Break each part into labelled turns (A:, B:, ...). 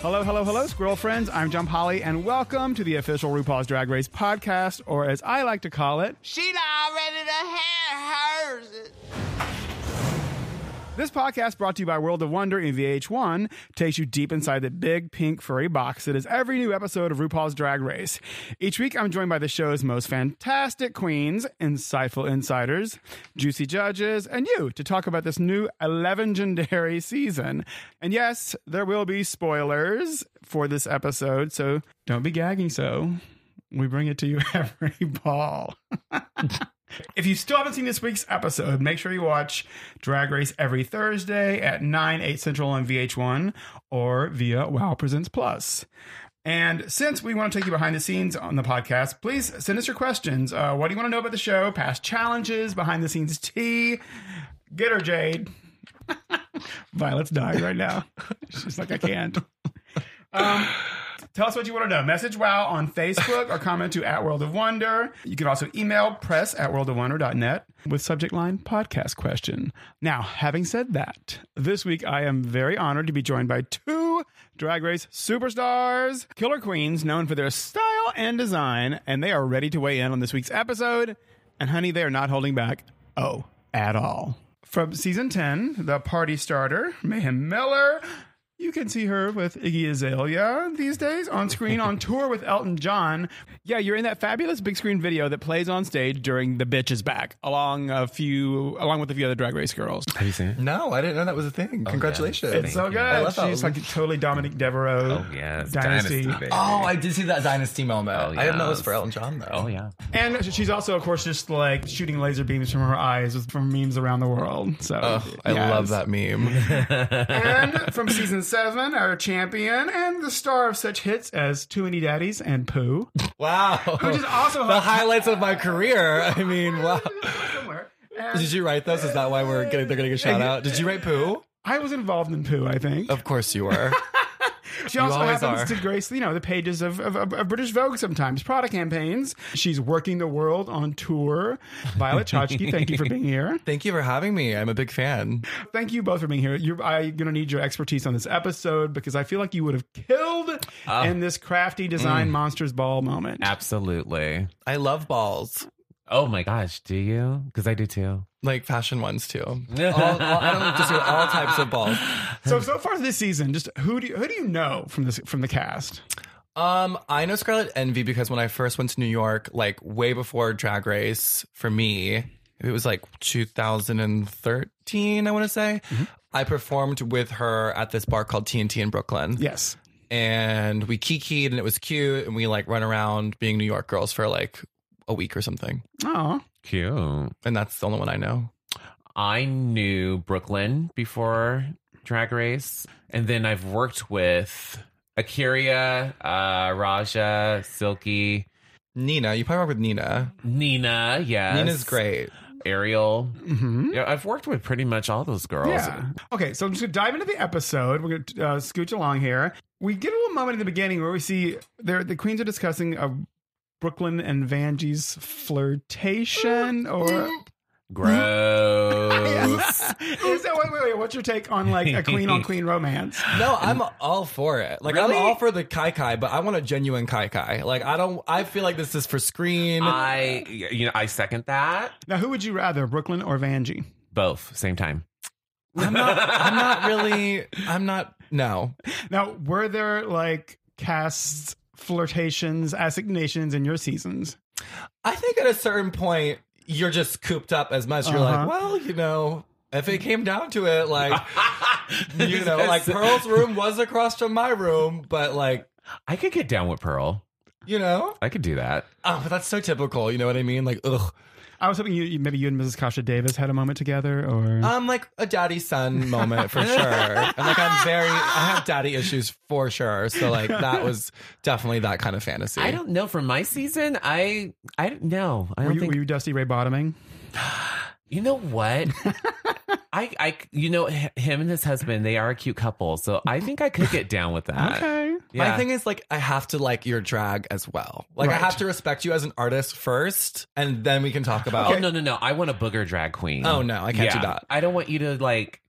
A: Hello, hello, hello, squirrel friends. I'm John Polly, and welcome to the official RuPaul's Drag Race podcast, or as I like to call it,
B: Sheila already done had hers.
A: This podcast brought to you by World of Wonder in VH1 takes you deep inside the big pink furry box that is every new episode of RuPaul's Drag Race. Each week I'm joined by the show's most fantastic queens, insightful insiders, juicy judges, and you to talk about this new 11 legendary season. And yes, there will be spoilers for this episode, so don't be gagging so. We bring it to you every ball. If you still haven't seen this week's episode, make sure you watch Drag Race every Thursday at 9, 8 Central on VH1 or via Wow Presents Plus. And since we want to take you behind the scenes on the podcast, please send us your questions. Uh, what do you want to know about the show? Past challenges, behind the scenes tea. Get her, Jade. Violet's dying right now. She's like, I can't. Um, Tell us what you want to know. Message WOW on Facebook or comment to at World of Wonder. You can also email press at worldofwonder.net with subject line podcast question. Now, having said that, this week I am very honored to be joined by two Drag Race superstars, killer queens known for their style and design, and they are ready to weigh in on this week's episode. And honey, they are not holding back. Oh, at all. From season 10, the party starter, Mayhem Miller. You can see her with Iggy Azalea these days on screen on tour with Elton John. Yeah, you're in that fabulous big screen video that plays on stage during The Bitch is Back, along a few along with a few other drag race girls.
C: Have you seen it?
D: No, I didn't know that was a
C: Oh,
D: thing. Congratulations.
A: It's so good.
D: I love
A: She's like
D: Elton.
A: totally Dominic Devereaux.
C: Oh yeah, it's
A: Dynasty.
C: baby.
D: Oh, I did see that Dynasty moment.
C: Oh,
D: I didn't know it was
C: yes.
D: for Elton John, though.
C: oh yeah.
A: And she's also, of course, just like shooting laser beams from her eyes with- from memes around the world. So
D: Oh, I
A: yes.
D: love that meme.
A: and from season seven, our champion and the star of such hits as Too Many Daddies and Pooh,
D: wow.
A: which is also
D: the highlights of my career. I mean, wow.
A: somewhere. And
D: Did you write those? Is that why we're getting they're getting a shout out? Did you write poo?
A: I was involved in Pooh, I think.
D: Of course you were.
A: She also
D: always
A: happens
D: are.
A: to grace, you know, the pages of, of, of- of British Vogue sometimes, product campaigns. She's working the world on tour. Violet Chachki, thank you for being here.
D: Thank you for having me. I'm a big fan.
A: Thank you both for being here. You're I gonna need your expertise on this episode because I feel like you would have killed
D: Ah.
A: in this crafty
D: Mm.
A: design monsters ball moment.
C: Absolutely.
D: I love balls.
C: Oh my gosh, do you? Because I do too.
D: Like fashion ones too. All, all, I don't just do all types of balls.
A: So so far this season, just who do you, who do you know from this from the cast?
D: Um, I know Scarlet Envy because when I first went to New York, like way before Drag Race, for me, it was like 2013, I want to say.
C: Mm-hmm.
D: I performed with her at this bar called TNT in Brooklyn.
A: Yes.
D: And we kikied and it was cute. And we like run around being New York girls for like a week or something.
A: Oh,
C: Cute.
D: And that's the only one I know.
C: I knew Brooklyn before Drag Race, and then I've worked with Akira, uh, Raja, Silky,
D: Nina, you probably work with Nina.
C: Nina. Yes,
D: Nina's great.
C: Ariel.
A: mm-hmm.
C: Yeah, I've worked with pretty much all those girls.
A: Yeah. Okay, so I'm just gonna dive into the episode. We're gonna uh, scooch along here. We get a little moment in the beginning where we see there the queens are discussing uh, Brooklyn and Vanjie's flirtation, or
C: Gross.
A: is that wait, wait, wait, what's your take on like a queen on queen romance?
D: No, I'm all for it. Like
C: Really?
D: I'm all for the kai kai, but I want a genuine kai kai. Like I don't. I feel like this is for screen.
C: I, you know, I second that.
A: Now, who would you rather, Brooklyn or Vanjie?
C: Both same time.
D: I'm not. I'm not really. I'm not. No.
A: Now, were there like casts? Flirtations, assignations in your seasons.
D: I think at a certain point you're just cooped up as much. You're
A: Uh-huh.
D: like, well, you know, if it came down to it, like you know, like Pearl's room was across from my room, but like
C: I could get down with Pearl.
D: you know,
C: I could do that.
D: oh, but that's so typical. You know what I mean? Like ugh.
A: I was hoping you, you maybe you and Mrs. Kasha Davis had a moment together, or
C: Uh,
D: Um, like a daddy son moment for sure. And like I'm very, I have daddy issues for sure. So like that was definitely that kind of fantasy.
C: I don't know. For my season, I I don't know. I
A: were,
C: don't
A: you,
C: think
A: were
C: you,
A: you Dusty Ray bottoming?
C: know what. I I you know h- him and his husband they are a cute couple so I think I could get down with that.
A: Okay.
C: Yeah.
D: My thing is like I have to like your drag as well. Like I
A: Right.
D: have to respect you as an artist first, and then we can talk about.
C: Oh no no no! I want a booger drag queen.
D: Oh, no, I can't do that.
C: I don't want you to like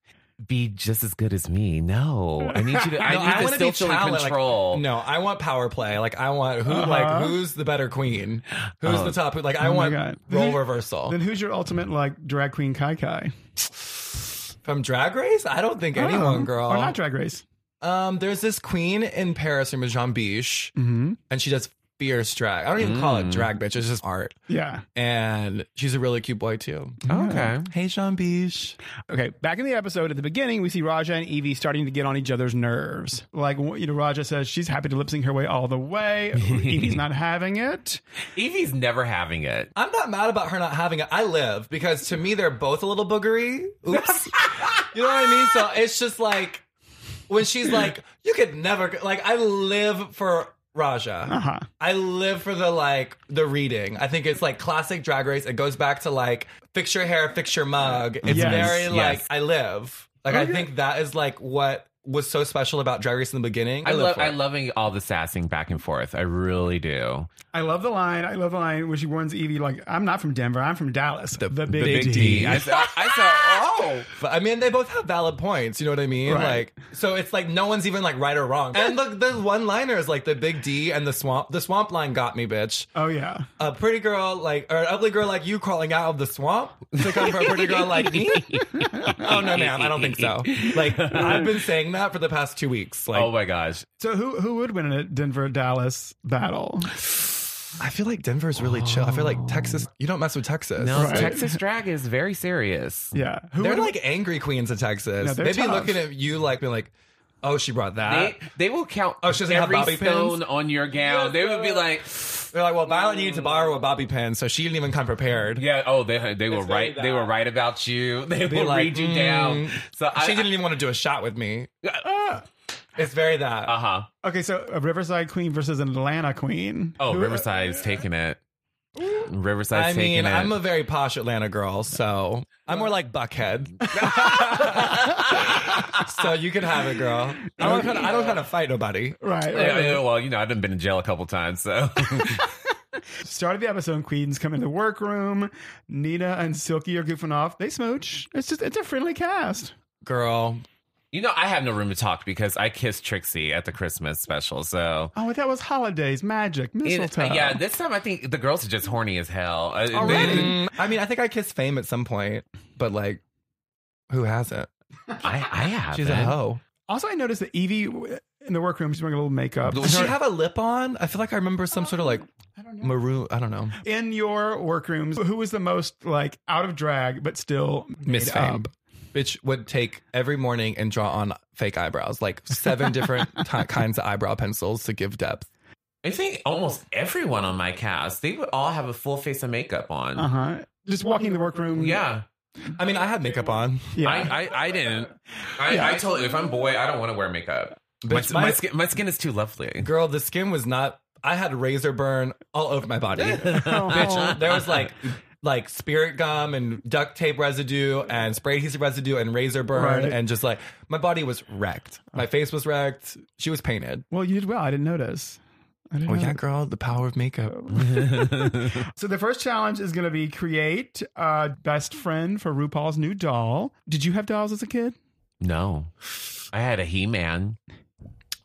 C: be just as good as me. No, I need you to. I
D: No,
C: need
D: I
C: to
D: wanna
C: still
D: be
C: feel in
D: challenged, like,
C: control.
D: No, I want power play. Like I want who like
A: Uh-huh.
D: who's the better queen? Who's
C: Oh.
D: the top? Like I
A: Oh my
D: want
A: God.
D: role
A: Then-
D: reversal
A: Then who's your ultimate like drag queen Kai Kai?
D: from Drag Race. I don't think anyone, girl.
A: Oh, Or not drag race.
D: um, there's this queen in Paris named Jean Biche,
A: Mm-hmm.
D: and she does fierce drag. I don't even call it
C: Mm.
D: drag, bitch. It's just art.
A: Yeah.
D: And she's a really cute boy too.
C: Okay.
D: Hey, Jean Biche.
A: Okay, back in the episode at the beginning, we see Raja and Evie starting to get on each other's nerves. Like, you know, Raja says she's happy to lip sync her way all the way. Evie's not having it.
C: Evie's never having it.
D: I'm not mad about her not having it. I live because to me they're both a little boogery. Oops. you know what I mean? So it's just like when she's like, you could never like I live for
A: Uh
D: Raja.
A: huh.
D: I live for the like the reading. I think it's like classic drag race. It goes back to like fix your hair, fix your mug. It's
A: Yes,
C: yes.
D: very like I live. Like I
A: Okay.
D: think that is like what was so special about drag race in the beginning.
C: I,
D: live
C: love.
D: for
C: I
D: it.
C: loving all the sassing back and forth. I really do.
A: I love the line. I love the line when she warns Evie, like, I'm not from Denver. I'm from Dallas. The, big, D.
C: I saw. I saw. Oh.
D: But I mean, they both have valid points. You know what I mean?
A: Right.
D: Like, so it's like no one's even like right or wrong. And the the one liner is like the big D and the swamp. The swamp line got me, bitch.
A: Oh, yeah.
D: A pretty girl like or an ugly girl like you crawling out of the swamp to come for a pretty girl like me. oh no, ma'am, I don't think so. Like I've been saying that for the past two weeks. Like
C: oh my gosh.
A: So who who would win in a Denver Dallas battle?
D: I feel like Denver's really chill. I feel like Texas. You don't mess with Texas.
C: No,
A: Right.
C: Texas drag is very serious.
A: Yeah. Who
D: They're
A: would
D: like angry queens of Texas.
A: No, they're
D: They'd be
A: tough.
D: looking at you like being like, "Oh, she brought that."
C: They, they will count
D: Oh, she doesn't have
C: every
D: bobby pins?
C: stone on your gown. They would be like,
D: They're like, well, Violet needed to borrow a bobby pin, so she didn't even come prepared.
C: yeah, oh, they they will
D: It's very
C: write they
D: bad.
C: will write about you. They
D: Be
C: will
D: like,
C: read you
D: mm,
C: down. So I,
D: She didn't even want to do a shot with me.
A: Ah.
D: It's very that.
C: Uh huh.
A: Okay, so a Riverside Queen versus an Atlanta Queen.
C: Oh,
A: Who- uh,
C: Riverside's taking it.
D: I
C: Riverside's
D: mean,
C: taking it.
D: I'm a very posh Atlanta girl, so I'm more like Buckhead. so you can have it, girl. I don't kind of, I don't kind of fight nobody.
A: Right. right,
C: Yeah,
A: right.
C: yeah, well, you know, I've been in jail a couple times, so
A: Start of the episode, Queens come in the workroom. Nina and Silky are goofing off. They smooch. It's just it's a friendly cast.
D: Girl,
C: you know, I have no room to talk because I kissed Trixie at the Christmas special. So,
A: Oh, that was holidays, magic,
C: It-
A: mistletoe.
C: yeah, this time I think the girls are just horny as hell. Uh, they-
A: Already?
D: Mm, I mean, I think I kissed Fame at some point, but like, who hasn't?
C: I, I have.
D: She's a hoe.
A: also, I noticed that Evie w- in the workroom. She's wearing a little makeup.
C: Blue-
D: Does she have a lip on? I feel like I remember some sort of like
A: I don't know.
D: maroon. I don't know.
A: In your workrooms, who was the most like out of drag but still made
D: Miss Fame.
A: up?
D: Bitch would take every morning and draw on fake eyebrows, like seven different ti kinds of eyebrow pencils to give depth.
C: I think almost everyone on my cast, they would all have a full face of makeup on.
D: Uh-huh.
A: Uh huh. Just walking the workroom.
C: Yeah.
D: I mean, I had makeup on.
A: Yeah.
C: I, I, I didn't. I,
A: Yeah.
C: I told you, if I'm boy, I don't want to wear makeup. My,
D: Bitch,
C: my,
D: my,
C: skin, my skin is too lovely.
D: girl, the skin was not. I had razor burn all over my body. Bitch, there was like like spirit gum and duct tape residue and spray adhesive residue and razor burn
A: Right.
D: and just like my body was wrecked. My face was wrecked. She was painted.
A: well, you did well. I didn't notice. I didn't
D: Oh
A: notice.
D: yeah, girl, the power of makeup.
A: So the first challenge is going to be create a best friend for RuPaul's new doll. Did you have dolls as a kid?
C: no. I had a He Man.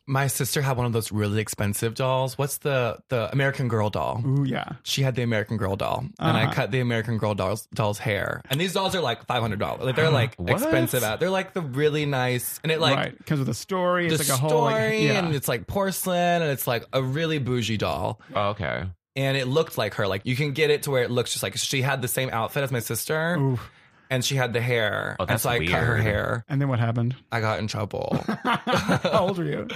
D: My sister had one of those really expensive dolls. What's the the American Girl doll?
A: Ooh, yeah.
D: she had the American Girl doll, and
A: Uh-huh.
D: I cut the American Girl doll's, doll's hair. And these dolls are like five hundred dollars. Like they're like
C: What?
D: expensive. Out. They're like the really nice, and it like
A: right. Comes with a story.
D: the
A: It's like a
D: story,
A: whole like, yeah.
D: and it's like porcelain, and it's like a really bougie doll.
C: Oh, okay.
D: And it looked like her. Like you can get it to where it looks just like she had the same outfit as my sister,
A: Ooh.
D: and she had the hair.
C: Oh, that's
D: and so I cut her
C: weird.
D: hair.
A: And then what happened?
D: I got in trouble.
A: How old were you?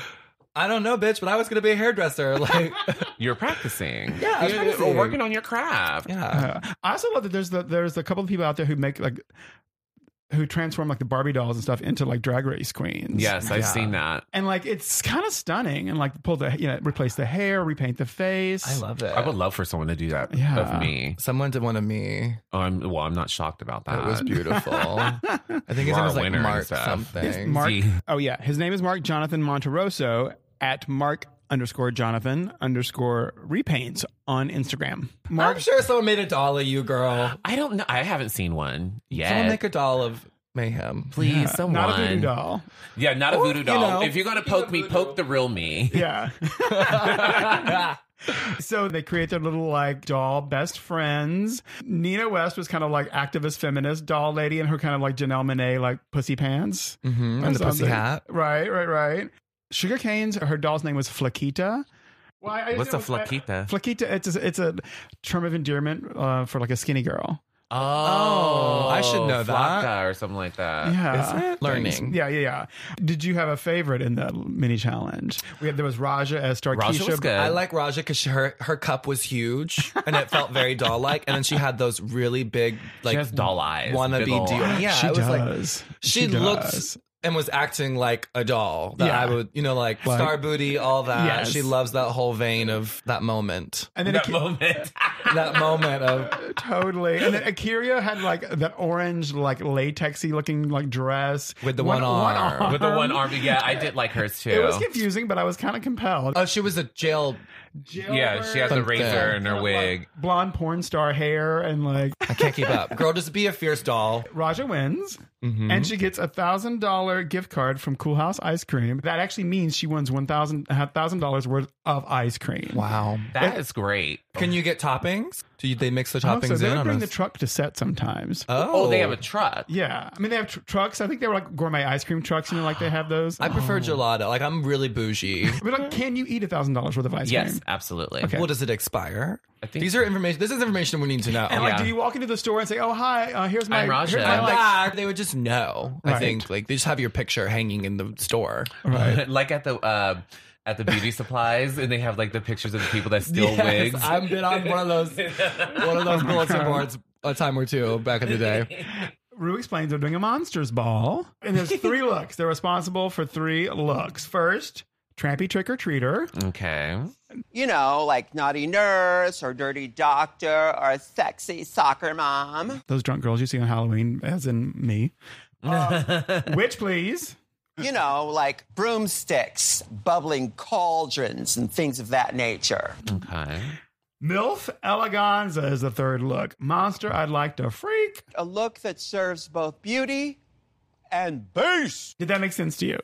D: I don't know, bitch, but I was gonna be a hairdresser. Like,
C: You're practicing.
D: Yeah, I was
C: You're
D: practicing.
C: working on your craft.
D: yeah.
A: Uh, I also love that there's the there's a couple of people out there who make like who transform like the Barbie dolls and stuff into like drag race queens.
C: Yes, I've
D: Yeah.
C: seen that.
A: And like it's kind of stunning and like pull the you know replace the hair, repaint the face.
D: I love it.
C: I would love for someone to do that
A: Yeah.
C: of me.
D: Someone did one of me.
C: Oh, I'm, well, I'm not shocked about that.
D: It was beautiful. I think his
C: You're
D: name
C: a
D: was like
C: winner and
D: Mark
C: stuff.
A: Yes,
D: something.
A: Mark.
C: See.
A: Oh yeah, his name is Mark Jonathan Monteroso at Mark underscore Jonathan underscore repaints on Instagram.
D: Oh,
A: Mark,
D: I'm sure someone made a doll of you, girl.
C: I don't know. I haven't seen one yet.
D: Someone make a doll of mayhem.
C: Please, someone.
A: uh, Not a voodoo doll.
C: Yeah, not a voodoo
D: you
C: doll.
D: know,
C: if you're gonna poke me, poke the real me.
A: Yeah. so they create their little like doll best friends. Nina West was kind of like activist feminist doll lady in her kind of like Janelle Monet like pussy pants.
D: Mm-hmm.
A: or
D: And the pussy
A: something.
D: hat.
A: Right, right, right. Sugar Cane's her doll's name was Flaquita. Well, I- I just
C: What's
A: know
C: a
A: it was-
C: flaquita?
A: Flaquita, it's a, it's a term of endearment uh, for like a skinny girl.
D: Oh, I should know that.
C: flaca or something like that.
A: Yeah.
D: Uh, Is it? Learning.
A: Yeah, yeah, yeah. Did you have a favorite in the mini challenge? We had there was Raja as Starkeisha.
C: Raja was good.
D: I like Raja because her her cup was huge and it felt very doll like, and then she had those really big like
C: she has doll eyes.
D: wannabe
C: big ol'
D: deal.
C: eyes.
D: Yeah,
A: she
D: it was like
A: does.
D: she,
A: does.
D: looked and was acting like a doll that
A: Yeah.
D: I would, you know, like,
A: Like-
D: star booty, all that.
A: Yes.
D: She loves that whole vein of that moment,
A: and then
C: that
A: Aki-
C: moment.
D: that moment of
A: totally. And then Akira had like that orange, like latexy looking like dress
D: With the one arm.
C: With the one arm. Yeah, I did like hers too.
A: It was confusing, but I was kind of compelled.
D: oh, she was a jail.
C: yeah, she has a
D: Something.
C: razor in her wig.
A: blonde porn star hair and like
D: I can't keep up, girl. Just be a fierce doll.
A: Raja wins
D: Mhm.
A: and she gets a thousand dollar gift card from Cool House Ice Cream. That actually means she wins one thousand thousand dollars worth of ice cream.
D: Wow.
C: That is great.
D: Can you get toppings? Do you, they mix the
A: Also,
D: toppings
A: they
D: in?
A: would
D: on
A: bring the
D: us? Uh,
A: truck to set sometimes.
C: Oh, they have a truck.
A: yeah, I mean they have tr- trucks. I think they were like gourmet ice cream trucks. You know, like they have those.
D: I prefer gelato. Like I'm really bougie.
A: But like, can you eat a thousand dollars worth of ice
C: Yes,
A: cream?
C: absolutely.
A: Okay.
D: Well, does it expire?
C: I think
D: These are information. This is information we need to know.
A: And like,
C: Yeah.
A: do you walk into the store and say, "Oh hi, uh, here's my
C: I'm Raja.
A: here's my,
D: I'm
A: like-
D: back. They would just know. I
A: Right.
D: think like they just have your picture hanging in the store.
A: Right.
C: like at the uh, at the beauty supplies, and they have like the pictures of the people that steal
D: Yes,
C: wigs.
D: I've been on one of those one of those bulletin boards a time or two back in the day.
A: Rue explains they're doing a monsters ball, and there's three looks. They're responsible for three looks. First, trampy trick or treater.
C: okay.
B: You know, like naughty nurse or dirty doctor or a sexy soccer mom.
A: Those drunk girls you see on Halloween, as in me. Uh, witch, please.
B: You know, like broomsticks, bubbling cauldrons, and things of that nature.
C: Okay.
A: MILF eleganza is the third look. Monster, I'd like to freak.
B: A look that serves both beauty and beast.
A: Did that make sense to you?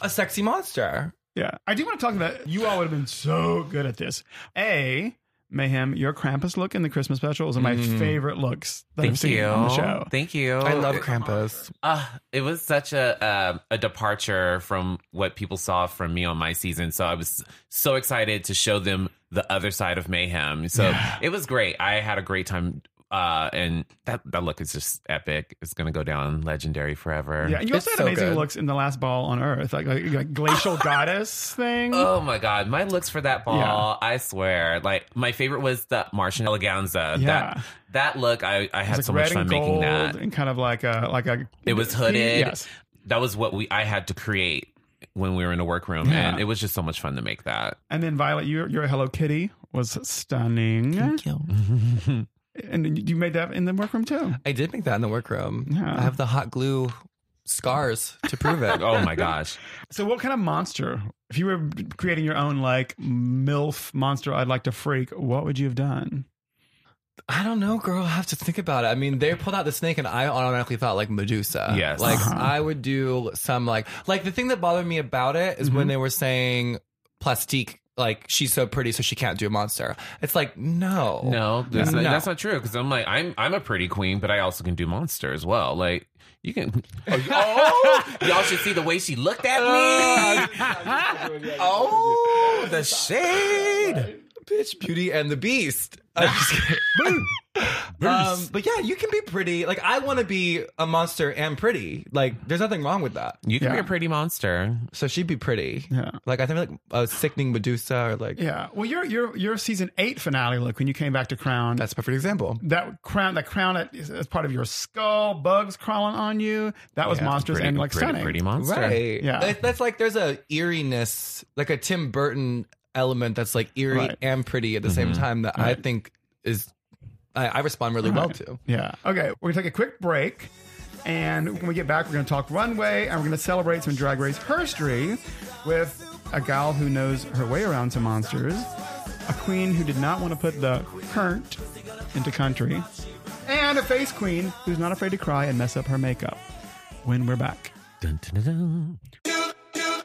D: A sexy monster.
A: Yeah. I do want to talk about you all would have been so good at this. A, Mayhem, your Krampus look in the Christmas special is one of my favorite looks that I've
C: Mm. Thank
A: seen
C: you.
A: on the show.
C: Thank you.
D: I love Krampus.
C: Uh, it was such a um a departure from what people saw from me on my season. So I was so excited to show them the other side of mayhem. So it was great. I had a great time. Uh, and that that look is just epic. It's gonna go down legendary forever.
A: Yeah, and you also
D: It's
A: had
D: so
A: amazing
D: good.
A: looks in the last ball on Earth, like like, like glacial goddess thing.
C: Oh my god, my looks for that ball,
A: Yeah.
C: I swear. Like my favorite was the Martian eleganza.
A: Yeah.
C: That that look I, I had
A: It's
C: so
A: like
C: much
A: red
C: fun
A: and
C: making
A: gold
C: that.
A: and kind of like a like a.
C: It was hooded.
A: Yes,
C: That was what we I had to create when we were in a workroom
A: Yeah.
C: and it was just so much fun to make that.
A: and then Violet, your your Hello Kitty was stunning, and you made that in the workroom too.
D: I did make that in the workroom.
A: Yeah.
D: I have the hot glue scars to prove it.
C: oh my gosh.
A: So, what kind of monster? If you were creating your own like milf monster, I'd like to freak. What would you have done?
D: I don't know, girl. I have to think about it. I mean, they pulled out the snake, and I automatically thought like Medusa.
C: Yes.
D: like
A: Uh-huh.
D: I would do some like like the thing that bothered me about it is when they were saying plastique, like she's so pretty, so she can't do a monster. It's like no,
C: No, that's,
D: No.
C: Not, that's not true. Because I'm like, I'm I'm a pretty queen, but I also can do monster as well. Like you can. Oh, you- oh, y'all should see the way she looked at me. oh, the shade.
D: bitch, Beauty and the Beast. I'm just kidding. Um, but yeah, you can be pretty. Like I want to be a monster and pretty. Like there's nothing wrong with that.
C: You can be
A: Yeah.
C: a pretty monster.
D: So she'd be pretty.
A: Yeah.
D: Like I think like a sickening Medusa or like
A: Yeah. Well, your your your season eight finale look when you came back to Crown.
D: that's a perfect example.
A: that crown, that crown that is as part of your skull, bugs crawling on you. That was
D: Yeah,
A: monsters
C: Pretty,
A: and like
C: pretty,
A: stunning.
C: pretty monster.
D: Right.
A: Yeah.
D: That- that's like there's a eeriness, like a Tim Burton element that's like eerie
A: Right.
D: and pretty at the
C: Mm-hmm.
D: same time that I think is I, I respond really well to.
A: Yeah. Okay, we're gonna take a quick break. And when we get back, we're going to talk runway and we're going to celebrate some drag race herstory with a gal who knows her way around some monsters, a queen who did not want to put the current into country, and a face queen who's not afraid to cry and mess up her makeup. when we're back.
C: Dun, dun, dun, dun.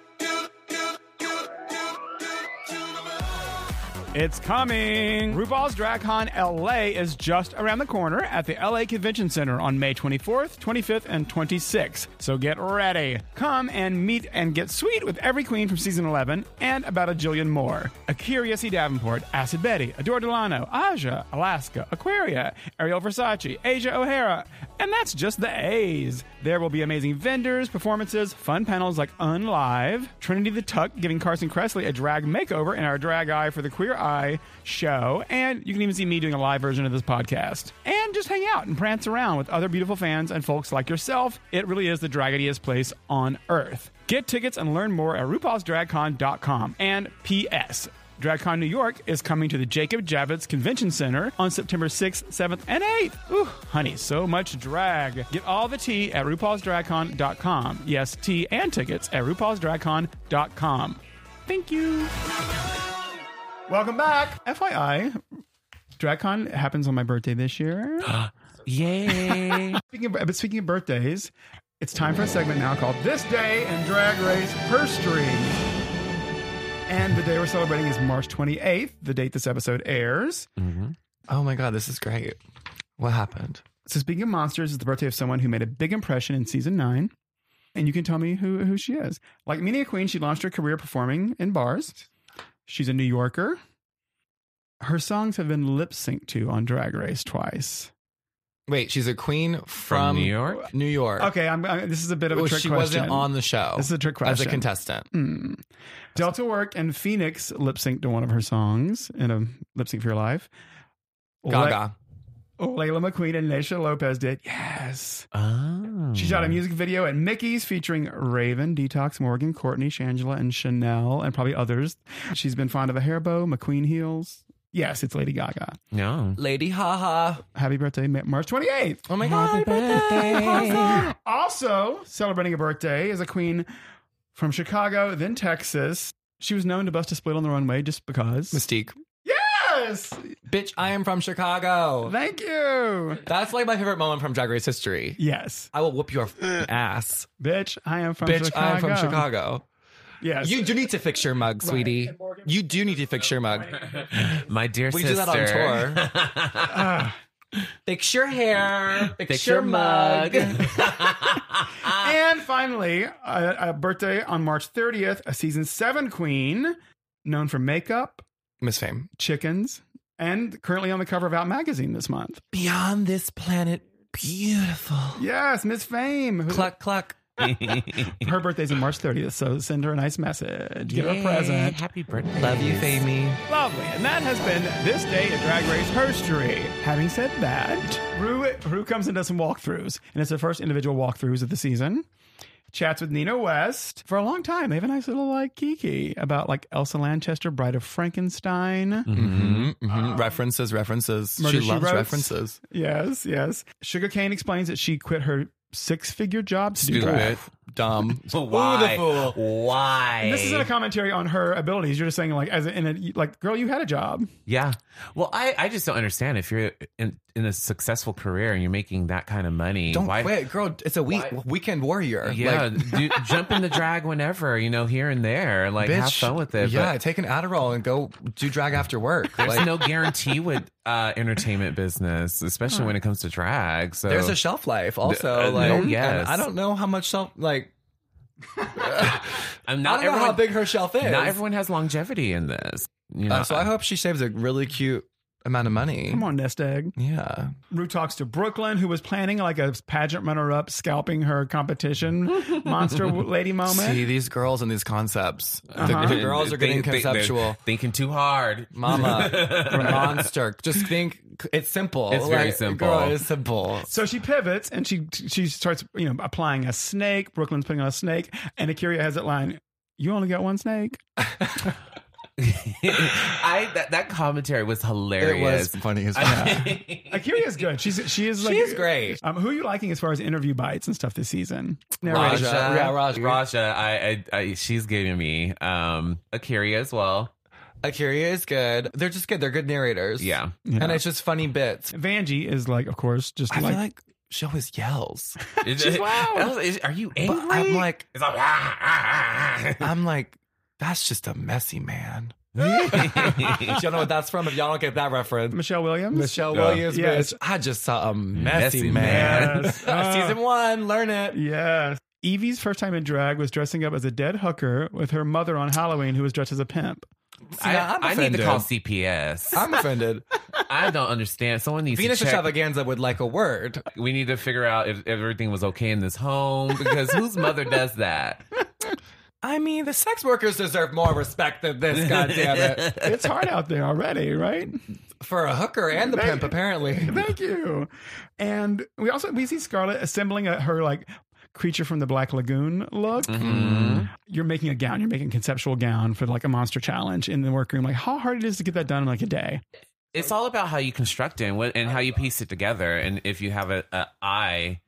A: It's coming. RuPaul's Drag Con LA is just around the corner at the LA Convention Center on May 24th, 25th, and 26th. So get ready. Come and meet and get sweet with every queen from season 11 and about a jillion more. Akira C. Davenport, Acid Betty, Adore Delano, Aja, Alaska, Aquaria, Ariel Versace, Asia O'Hara, and that's just the A's. There will be amazing vendors, performances, fun panels like Unlive, Trinity the Tuck giving Carson Kressley a drag makeover in our Drag Eye for the Queer Eye show, and you can even see me doing a live version of this podcast. And just hang out and prance around with other beautiful fans and folks like yourself. It really is the draggiest place on earth. Get tickets and learn more at RuPaul'sDragCon.com. And P.S. DragCon New York is coming to the Jacob Javits Convention Center on September 6th, 7th, and 8th. Ooh, honey, so much drag. Get all the tea at RuPaul'sDragCon.com. Yes, tea and tickets at RuPaul'sDragCon.com. Thank you. Welcome back. FYI, DragCon happens on my birthday this year.
C: Yay.
A: speaking of, but speaking of birthdays, it's time for a segment now called This Day in Drag Race Herstory. And the day we're celebrating is March 28th, the date this episode airs.
D: Oh my god, this is great. What happened?
A: So speaking of monsters, it's the birthday of someone who made a big impression in season nine. And you can tell me who, who she is. Like many a queen, she launched her career performing in bars. She's a New Yorker. Her songs have been lip synced to on Drag Race twice.
D: Wait, she's a queen
C: From
D: from,
C: New York?
D: New York.
A: Okay, I'm, i this is a bit of a
D: Well,
A: trick
D: she
A: question.
D: wasn't on the show
A: This is a trick question.
D: as a contestant.
A: Hmm. Delta Work and Phoenix lip synced to one of her songs in a lip sync for your life.
D: Gaga.
A: Le- Layla McQueen and Nisha Lopez did. Yes.
C: Oh.
A: She
D: Mm.
A: shot a music video at Mickey's featuring Raven, Detox, Morgan, Courtney, Shangela, and Chanel, and probably others. She's been fond of a hair bow, McQueen heels. Yes, it's Lady Gaga.
C: No.
D: Lady Haha.
A: Happy birthday, Ma- March 28th.
D: Oh my god.
A: Also celebrating a birthday is a queen from Chicago, then Texas. She was known to bust a split on the runway just because.
D: Mystique.
A: Yes!
D: Bitch, I am from Chicago.
A: Thank you.
D: That's like my favorite moment from Drag Race history.
A: Yes,
D: I will whoop your f-
A: Uh.
D: ass.
A: bitch. I am from
D: Bitch,
A: Chicago.
D: I am from Chicago.
A: Yes,
D: You do need to fix your mug, sweetie. You do need to fix your mug.
C: My dear
D: We do
C: sister.
D: that on
C: that
A: Ah.
D: Fix your hair. Fix,
C: Fix
D: your,
C: your
D: mug.
A: and finally, a, a birthday on March 30th. A season seven queen, known for makeup,
D: Miss Fame.
A: chickens, and currently on the cover of Out magazine this month.
D: Beyond this planet, beautiful.
A: Yes, Miss Fame. who-
D: Cluck, cluck.
A: Her birthday's on March 30th, so send her a nice message. Give her a
C: Yay.
A: present.
C: Happy birthday.
D: Love you, Famey.
A: Lovely. And that has been this day at Drag Race Herstory. Having said that, Rue, Rue comes and does some walkthroughs, and it's the first individual walkthroughs of the season. Chats with Nina West for a long time. They have a nice little like kiki about like Elsa Lanchester, Bride of Frankenstein.
D: hmm references, references.
A: Murder,
D: she
A: She
D: loves
A: Wrote.
D: references.
A: Yes, yes. Sugarcane explains that she quit her six figure job to do
C: Stupid.
A: drag.
D: Bit dumb.
C: Why?
D: Ooh, the fool.
C: Why?
A: And this isn't a commentary on her abilities. You're just saying like as a, in a like girl, you had a job.
C: Yeah. Well, I, I just don't understand if you're in, in a successful career and you're making that kind of money.
D: Don't
C: why,
D: quit, girl. It's a week,
C: Why-
D: weekend warrior.
C: Yeah.
D: Like,
C: do, jump in the drag whenever, you know, here and there. Like, have
D: bitch,
C: fun with it.
D: Yeah,
C: But
D: take an Adderall and go do drag after work.
C: there's
D: Like,
C: no guarantee with uh, entertainment business, especially when it comes to drag. So
D: there's a shelf life also.
C: Uh,
D: like,
C: no,
D: and
C: yes.
D: I don't know how much shelf. Like,
C: I'm
D: I
C: not
D: don't
C: everyone,
D: know how big her shelf is.
C: Not everyone has longevity in this. You know,
D: Uh, so I hope she saves a really cute amount of money.
A: Come on, nest egg.
D: Yeah.
A: Rue talks to Brooklyn, who was planning like a pageant runner-up, scalping her competition monster lady moment.
D: See these girls and these concepts. The-
A: Oh, Uh-huh.
D: The, girls are getting
C: Think- think- they're
D: conceptual.
C: thinking too hard.
D: Mama, monster. Just think, it's simple.
C: It's very simple.
D: Girl, it's simple.
A: So she pivots and she she starts you know applying a snake. Brooklyn's putting on a snake, and Akira has that line. You only got one snake.
C: I that, that commentary was
D: It was
C: hilarious.
D: funny as well.
C: I-
A: Akira is good. She's she is like,
D: She is great.
A: Um, who are you liking as far as interview bites and stuff this season?
C: Raja,
A: Narration.
D: Yeah, Raja.
C: Raja, I, I, I, she's giving me um Akira as well.
D: Akira is good. They're just good. They're good narrators.
C: Yeah,
A: Yeah.
D: And it's just funny bits.
A: Vanjie is like, of course, just
D: I
A: like,
D: feel like she always yells.
C: Is-
A: wild.
C: is- Are you angry?
D: But I'm like,
C: It's like, "Ah, ah, ah."
D: I'm like, that's just a messy man. If y'all know what that's from, if y'all don't get that reference,
A: Michelle Williams.
D: Michelle
C: Yeah.
D: Williams,
A: Yes.
D: bitch. I just saw a
C: Messy
D: messy, man.
A: Yes.
D: Season one, learn it.
A: Yes. Evie's first time in drag was dressing up as a dead hooker with her mother on Halloween, who was dressed as a pimp.
D: See, now
C: I,
D: I'm
C: I need to call
D: offended.
C: CPS.
D: I'm offended.
C: I don't understand. Someone needs
D: Venus
C: to check.
D: extravaganza would like a word.
C: we need to figure out if everything was okay in this home because whose mother does that?
D: I mean, the sex workers deserve more respect than this, goddammit.
A: It's hard out there already, right?
D: For a hooker and the pimp, apparently.
A: Thank you. And we also we see Scarlett assembling a, her like creature from the Black Lagoon look.
D: Mm-hmm.
A: You're making a gown. You're making a conceptual gown for like a monster challenge in the workroom. Like how hard it is to get that done in like a day.
C: It's all about how you construct it and, what, and how you piece it together, and if you have a, a eye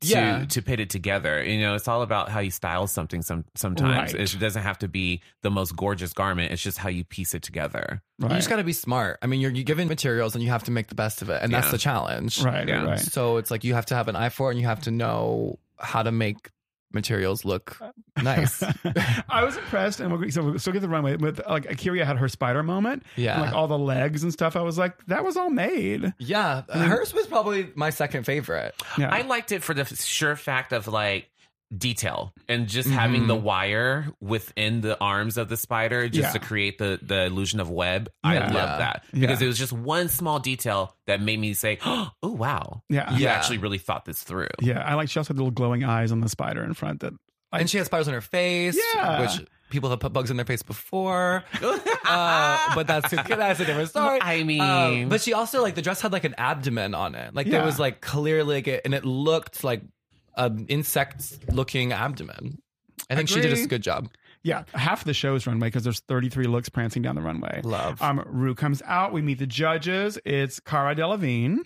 C: to
D: Yeah.
C: to put it together. You know, it's all about how you style something. Some sometimes
A: Right.
C: it doesn't have to be the most gorgeous garment. It's just how you piece it together.
A: Right.
D: You just got to be smart. I mean, you're, you're given materials and you have to make the best of it. And that's
C: Yeah.
D: the challenge.
A: right,
C: Yeah.
A: right, right.
D: So it's like you have to have an eye for it and you have to know how to make materials look nice.
A: I was impressed, and we'll, so we'll still get the runway with like Akira had her spider moment,
D: Yeah.
A: and, like all the legs and stuff. I was like, that was all made.
D: yeah. Hers was probably my second favorite.
A: Yeah.
C: I liked it for the f- sure fact of like detail and just having
A: Mm-hmm.
C: the wire within the arms of the spider just
A: Yeah.
C: to create the the illusion of web. I
A: Yeah.
C: love
D: Yeah.
C: that because
A: Yeah.
C: it was just one small detail that made me say, "Oh wow,
A: yeah.
C: you
A: yeah,
D: Yeah.
C: actually really thought this through."
A: I like she also had the little glowing eyes on the spider in front. That
D: And she has spiders on her face,
A: Yeah.
D: which people have put bugs in their face before. uh, but that's that's a different story.
C: I mean-
D: Um, but she also like the dress had like an abdomen on it. Like
A: Yeah.
D: there was like clearly like it, and it looked like an insect looking abdomen. I think she did
A: Agree.
D: a good job.
A: yeah, half the show's runway because there's 33 looks prancing down the runway.
D: Love.
A: Um, Rue comes out. We meet the judges. It's Cara Delevingne,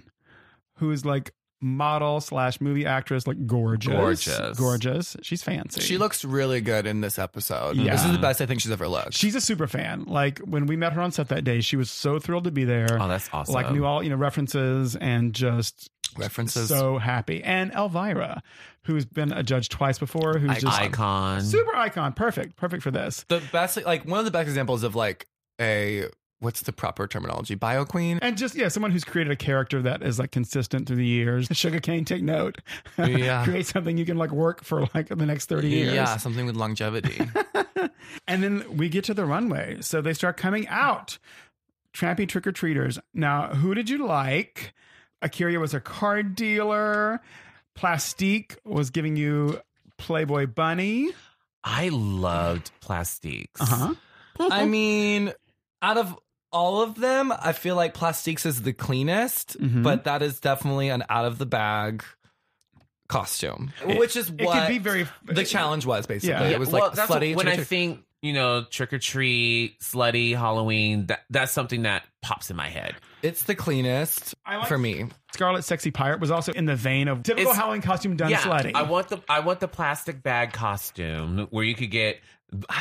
A: who is like model slash movie actress, like gorgeous,
C: Gorgeous.
A: gorgeous. She's fancy.
D: she looks really good in this episode.
A: Yeah.
D: This is the best I think she's ever looked.
A: She's a super fan. Like when we met her on set that day, she was so thrilled to be there.
C: Oh, that's awesome.
A: Like knew all you know references and just
D: References.
A: so happy. And Elvira, who's been a judge twice before, who's just
C: icon.
A: super icon, perfect, perfect for this.
D: the best like one of the best examples of like a what's the proper terminology? Bio queen.
A: And just yeah, someone who's created a character that is like consistent through the years. Sugarcane, take note.
D: Yeah.
A: Create something you can like work for like the next thirty years.
D: Yeah, something with longevity.
A: And then we get to the runway. So they start coming out. Trampy trick or treaters. Now, who did you like? Akira was a card dealer. Plastique was giving you Playboy Bunny.
C: I loved plastiques.
A: Uh-huh.
D: I mean, out of all of them, I feel like Plastiques is the cleanest,
C: Mm-hmm.
A: Mhm.
D: but that is definitely an out of the bag costume, which is
A: It
D: what
A: could be very
D: the challenge was basically.
A: Yeah.
D: It was like
C: that's
D: slutty.
C: When I
D: trick or treat.
C: think you know, trick or treat, slutty Halloween. That that's something that pops in my head.
D: it's the cleanest
A: I like-
D: for me.
A: Scarlet Sexy Pirate was also in the vein of typical
C: It's-
A: Halloween costume done slutty.
C: I want the I want the plastic bag costume where you could get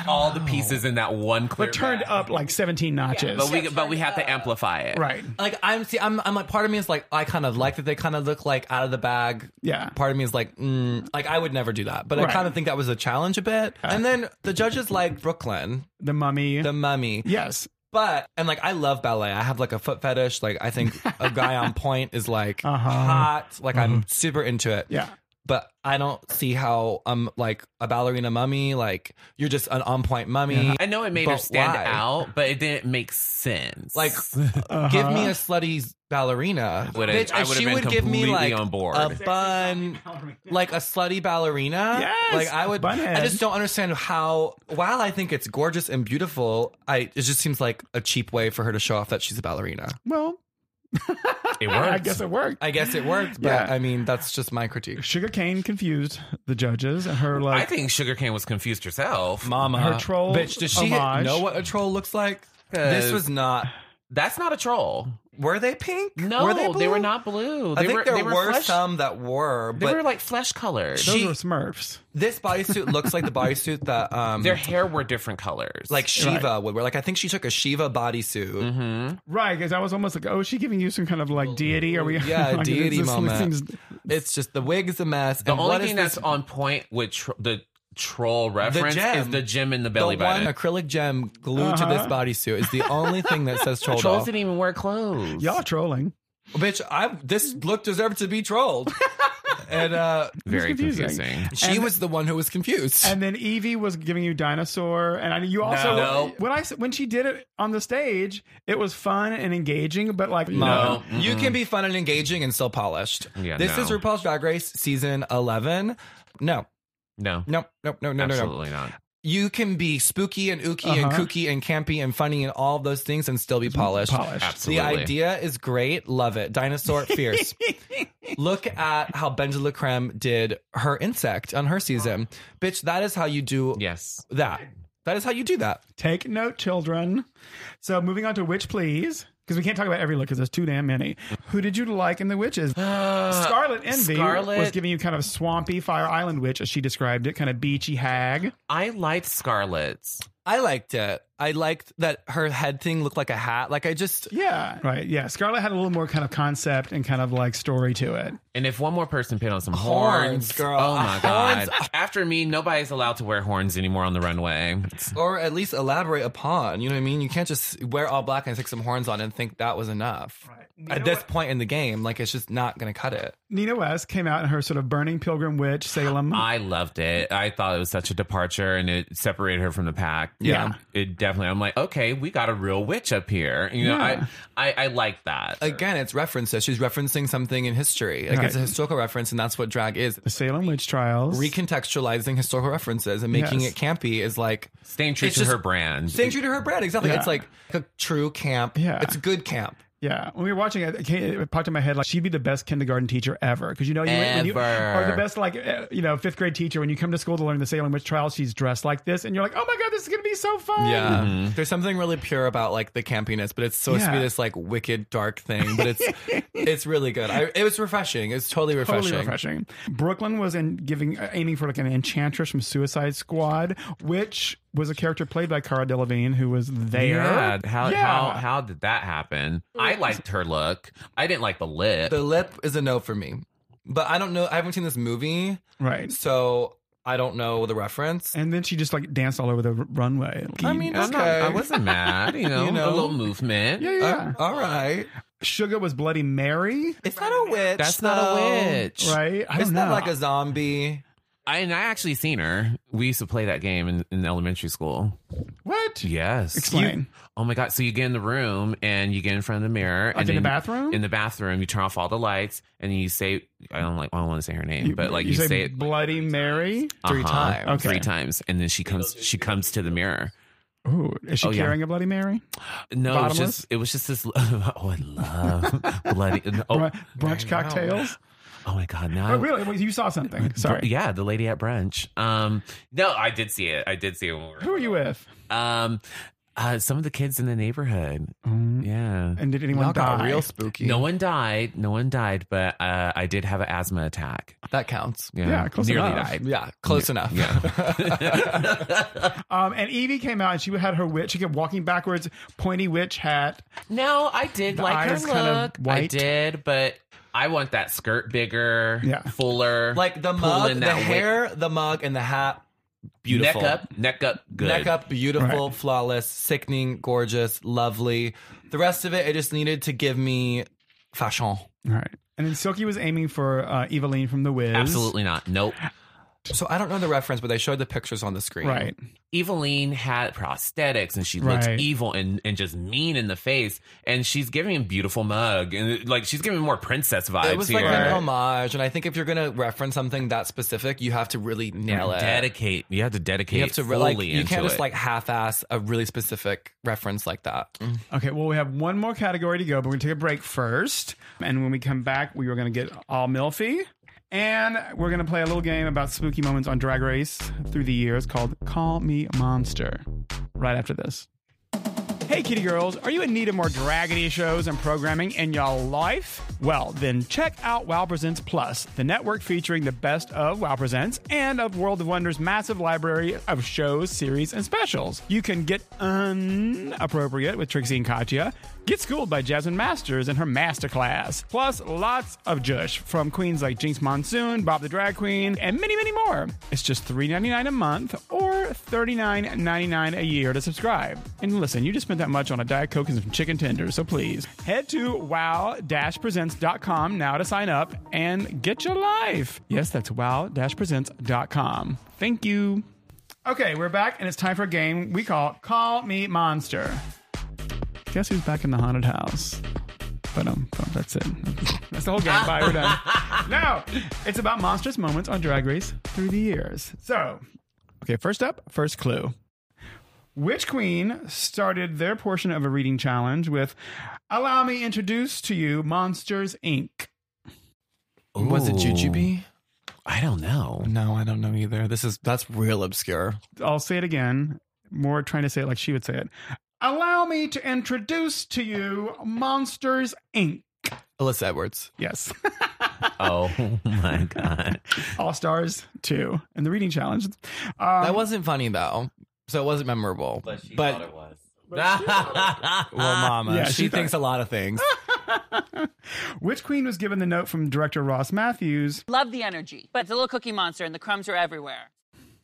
C: all the pieces in that one clear.
A: but turned
C: bag.
A: up like 17 notches.
C: But we but we have to amplify it.
A: right.
D: Like I'm, see, I'm, I'm like part of me is like I kind of like that they kind of look like out of the bag.
A: Yeah.
D: Part of me is like, mm, like I would never do that, but
A: Right.
D: I kind of think that was a challenge a bit. and then the judges like Brooklyn,
A: The mummy.
D: the mummy.
A: yes.
D: But and like I love ballet. I have like a foot fetish. Like I think a guy on point is like
A: Uh-huh. Mm-hmm.
D: hot. Like I'm super into it.
A: Yeah.
D: But I don't see how um like a ballerina mummy. Like you're just an on point mummy.
C: I know it made her
D: But
C: stand
D: why?
C: out, but it didn't make sense.
D: Like give me
A: Uh-huh.
D: a slutty ballerina.
C: Would've-
D: Bitch,
C: I
D: if
C: would've
D: she
C: been
D: would give me
C: completely
D: like
C: on board.
D: a bun. Like a slutty ballerina.
A: Yes,
D: Like I would.
A: bunhead.
D: I just don't understand how. While I think it's gorgeous and beautiful, I it just seems like a cheap way for her to show off that she's a ballerina.
A: Well,
C: it
A: I guess it worked.
D: I guess it worked, but
A: Yeah.
D: I mean, that's just my critique.
A: Sugarcane confused the judges and her
C: I
A: like
C: think Sugarcane was confused herself.
D: Mama,
A: Her troll
D: bitch. Does she
A: homage.
D: know what a troll looks like? This was not
C: That's not a troll.
D: Were they pink?
C: No,
D: were they,
C: they,
D: blue?
C: were not blue.
D: I
C: They
D: think
C: were,
D: there
C: they were,
D: were,
C: flesh,
D: some that were,
C: They
D: but
C: were like flesh colored.
A: Those
D: She-
A: were Smurfs.
D: this bodysuit looks like the bodysuit that um,
C: Their hair were different colors.
D: like Shiva would wear. Like I think she took a Shiva bodysuit.
A: Right, because I was almost like, oh, is she giving you some kind of like deity? Are we?
D: Yeah,
A: like,
D: deity
A: this
D: moment.
A: seems-
D: It's just the wig's a mess.
C: the
D: and
C: only
D: what is
C: thing
D: this-
C: that's on point with tr- the troll reference is
D: gem.
C: the gem in the belly
D: the
C: button.
D: one acrylic gem glued to this bodysuit is Uh-huh. the only thing that says troll.
C: Trolls
D: doll.
C: didn't even wear clothes.
A: Y'all trolling.
D: Bitch, I this look deserved to be trolled. and uh
C: Very
A: confusing.
C: confusing.
D: she was the one who was confused.
A: And then Evie was giving you dinosaur, and I, you also
C: No.
A: when I s- when she did it on the stage, it was fun and engaging, but like
D: Mom,
C: No,
D: you can be fun and engaging and still polished.
C: Yeah,
D: this
C: no.
D: is RuPaul's Drag Race season 11. No,
C: No,
D: no, no, no, no, no, no.
C: absolutely not.
D: You can be spooky and ooky and
A: Uh-huh. Mm-hmm.
D: kooky and campy and funny and all of those things and still be polished.
A: polished.
D: The
C: Absolutely.
D: idea is great. Love it. Dinosaur fierce. Look at how Benja Creme did her insect on her season. Bitch, that is how you do
C: Yes.
D: that. That is how you do that.
A: Take note, children. So moving on to witch, please, because we can't talk about every look because there's too damn many. Who did you like in the witches?
C: Uh,
A: Scarlet Envy
C: Scarlet-
A: was giving you kind of swampy Fire Island witch, as she described it, kind of beachy hag.
C: I liked Scarlet's.
D: I liked it. I liked that her head thing looked like a hat. Like I just
A: Yeah, right. Yeah, Scarlet had a little more kind of concept and kind of like story to it.
C: And if one more person pin on some
D: Horns,
C: horns,
D: girl.
C: oh my
D: Horns.
C: god! After me, nobody's allowed to wear horns anymore on the runway. It's-
D: or at least elaborate upon. You know what I mean? You can't just wear all black and stick some horns on and think that was enough. At this point in the game, like it's just not going to cut it.
A: Nina West came out in her sort of burning pilgrim witch Salem.
C: I loved it. I thought it was such a departure, and it separated her from the pack.
A: Yeah.
C: it definitely. I'm like, okay, we got a real witch up here. You know,
A: Yeah.
C: I, I, I like that.
D: Again, it's references. She's referencing something in history. Like it's a
A: Right.
D: historical reference, and that's what drag is.
A: the Salem witch trials.
D: Recontextualizing historical references and making
A: Yes.
D: it campy is like
C: Staying true
D: It's
C: to
D: just-
C: her brand.
D: staying true to her brand. Exactly.
A: Yeah.
D: It's like a true camp.
A: Yeah.
D: It's good camp.
A: yeah, when we were watching it, it, came, it popped in my head like she'd be the best kindergarten teacher ever because you know you, when you
C: Ever.
A: or the best like eh, you know fifth grade teacher when you come to school to learn the Salem witch trials. She's dressed like this, and you're like, oh my god, this is gonna be so fun.
D: Yeah. There's something really pure about like the campiness, but it's supposed to be
A: Mm-hmm. Yeah.
D: this like wicked dark thing, but it's it's really good. I, it was refreshing. It's totally Mm-hmm. refreshing.
A: Totally refreshing. Brooklyn was in giving uh, aiming for like an enchantress from Suicide Squad, which was a character played by Cara Delevingne, who was there.
C: Yeah, how,
A: Yeah.
C: how how did that happen? I liked her look. I didn't like the lip.
D: The lip is a no for me. But I don't know. I haven't seen this movie,
A: Right.
D: so I don't know the reference.
A: And then she just like danced all over the r- runway.
D: I mean,
C: I'm
D: okay.
C: not- I wasn't mad. You know,
D: You know?
C: a little movement.
A: yeah, yeah. yeah.
D: Uh, all right.
A: Sugar was Bloody Mary,
D: It's not a witch.
C: That's not
D: though.
C: a witch.
A: right? I don't
D: It's
A: know.
D: not like a zombie.
C: I, and I actually seen her. We used to play that game in, in elementary school.
A: what?
C: Yes.
A: Explain.
C: You- oh my god! So you get in the room and you get in front of the mirror.
A: Like
C: and
A: in the
C: then
A: bathroom?
C: In the bathroom, you turn off all the lights and you say, "I don't like. I don't want to say her name, but like you,
A: say,
C: say, it uh-huh,
A: Bloody Mary.
D: three times.
A: Okay.
C: three times, and then she comes. She comes to the mirror.
A: Ooh, is she
C: Oh, yeah.
A: carrying a Bloody Mary?
C: No, it was
A: Bottomless?
C: just it was just this. Oh, I love bloody.
A: Bru-
C: Oh,
A: brunch
D: I know.
A: cocktails?
C: oh my god!
A: Oh,
C: Now
A: really? Wait, You saw something? Sorry.
C: Yeah, the lady at brunch. Um, no, I did see it. I did see it. When we were-
A: Who are you with?
C: Um, uh, some of the kids in the neighborhood.
A: Mm-hmm.
C: Yeah.
A: And did anyone
D: Y'all got
A: die?
D: real spooky.
C: No one died. No one died, but uh, I did have an asthma attack.
D: that counts.
C: Yeah,
A: Yeah, close
C: nearly
A: enough.
C: died.
D: Yeah, close enough. Yeah.
A: Um, and Evie came out and she had her witch. She kept walking backwards, pointy witch hat.
C: No, I did
A: The
C: like her
A: eyes
C: look.
A: kind of
C: I
A: white.
C: did, but I want that skirt bigger,
A: Yeah.
C: fuller,
D: like the
C: pulling
D: mug, the
C: that weight.
D: hair, the mug, and the hat. Beautiful.
C: neck up, neck up, good.
D: Neck up, beautiful, flawless, sickening, gorgeous, lovely. The rest of it, I just needed to give me fashion.
A: Right. And then Silky was aiming for uh, Eveline from The Wiz.
C: Absolutely not. Nope.
D: So I don't know the reference, but they showed the pictures on the screen.
A: Right.
C: Eveline had prosthetics and she looks
A: Right.
C: evil and, and just mean in the face. And she's giving him beautiful mug and like she's giving more princess vibes
D: It was
C: here.
D: like an homage, and I think if you're gonna reference something that specific, you have to really nail it.
C: dedicate. You have to dedicate.
D: you have to re-
C: fully
D: like you can't
C: into
D: just
C: it.
D: like half-ass a really specific reference like that.
A: Okay, well, we have one more category to go, but we're going to take a break first. And when we come back, we are going to get all Milfy. And we're going to play a little game about spooky moments on Drag Race through the years called Call Me Monster right after this. Hey, kitty girls, are you in need of more dragony shows and programming in your life? Well, then check out WoW Presents Plus, the network featuring the best of WoW Presents and of World of Wonder's massive library of shows, series, and specials. You can get unappropriate with Trixie and Katya, get schooled by Jasmine Masters in her masterclass, plus lots of jush from queens like Jinx Monsoon, Bob the Drag Queen, and many, many more. It's just $3.99 a month or $39.99 a year to subscribe. And listen, you just spent that much on a Diet Coke and some chicken tenders, so please head to wow-presents.com now to sign up and get your life. Yes, that's wow-presents.com. Thank you. Okay, we're back and it's time for a game we call Call Me Monster. Guess who's back in the haunted house? But um, that's it. That's the whole game. Bye. We're done. No, it's about monstrous moments on Drag Race through the years. So, okay, first up, first clue. Which queen started their portion of a reading challenge with "Allow me introduce to you Monsters Inc."
D: Was it Jujubee?
C: I don't know.
D: No, I don't know either. This is that's real obscure.
A: I'll say it again. More trying to say it like she would say it. Allow me to introduce to you Monsters Inc.
D: Alyssa Edwards.
A: Yes.
C: Oh my god.
A: All Stars 2 and the reading challenge. Um,
D: That wasn't funny though, so it wasn't memorable. But,
C: was.
D: well,
C: Uh,
D: Mama,
A: Yeah,
D: she,
A: she
D: thinks a lot of things.
A: which queen was given the note from director Ross Matthews?
E: Love the energy, but it's a little cookie monster and the crumbs are everywhere.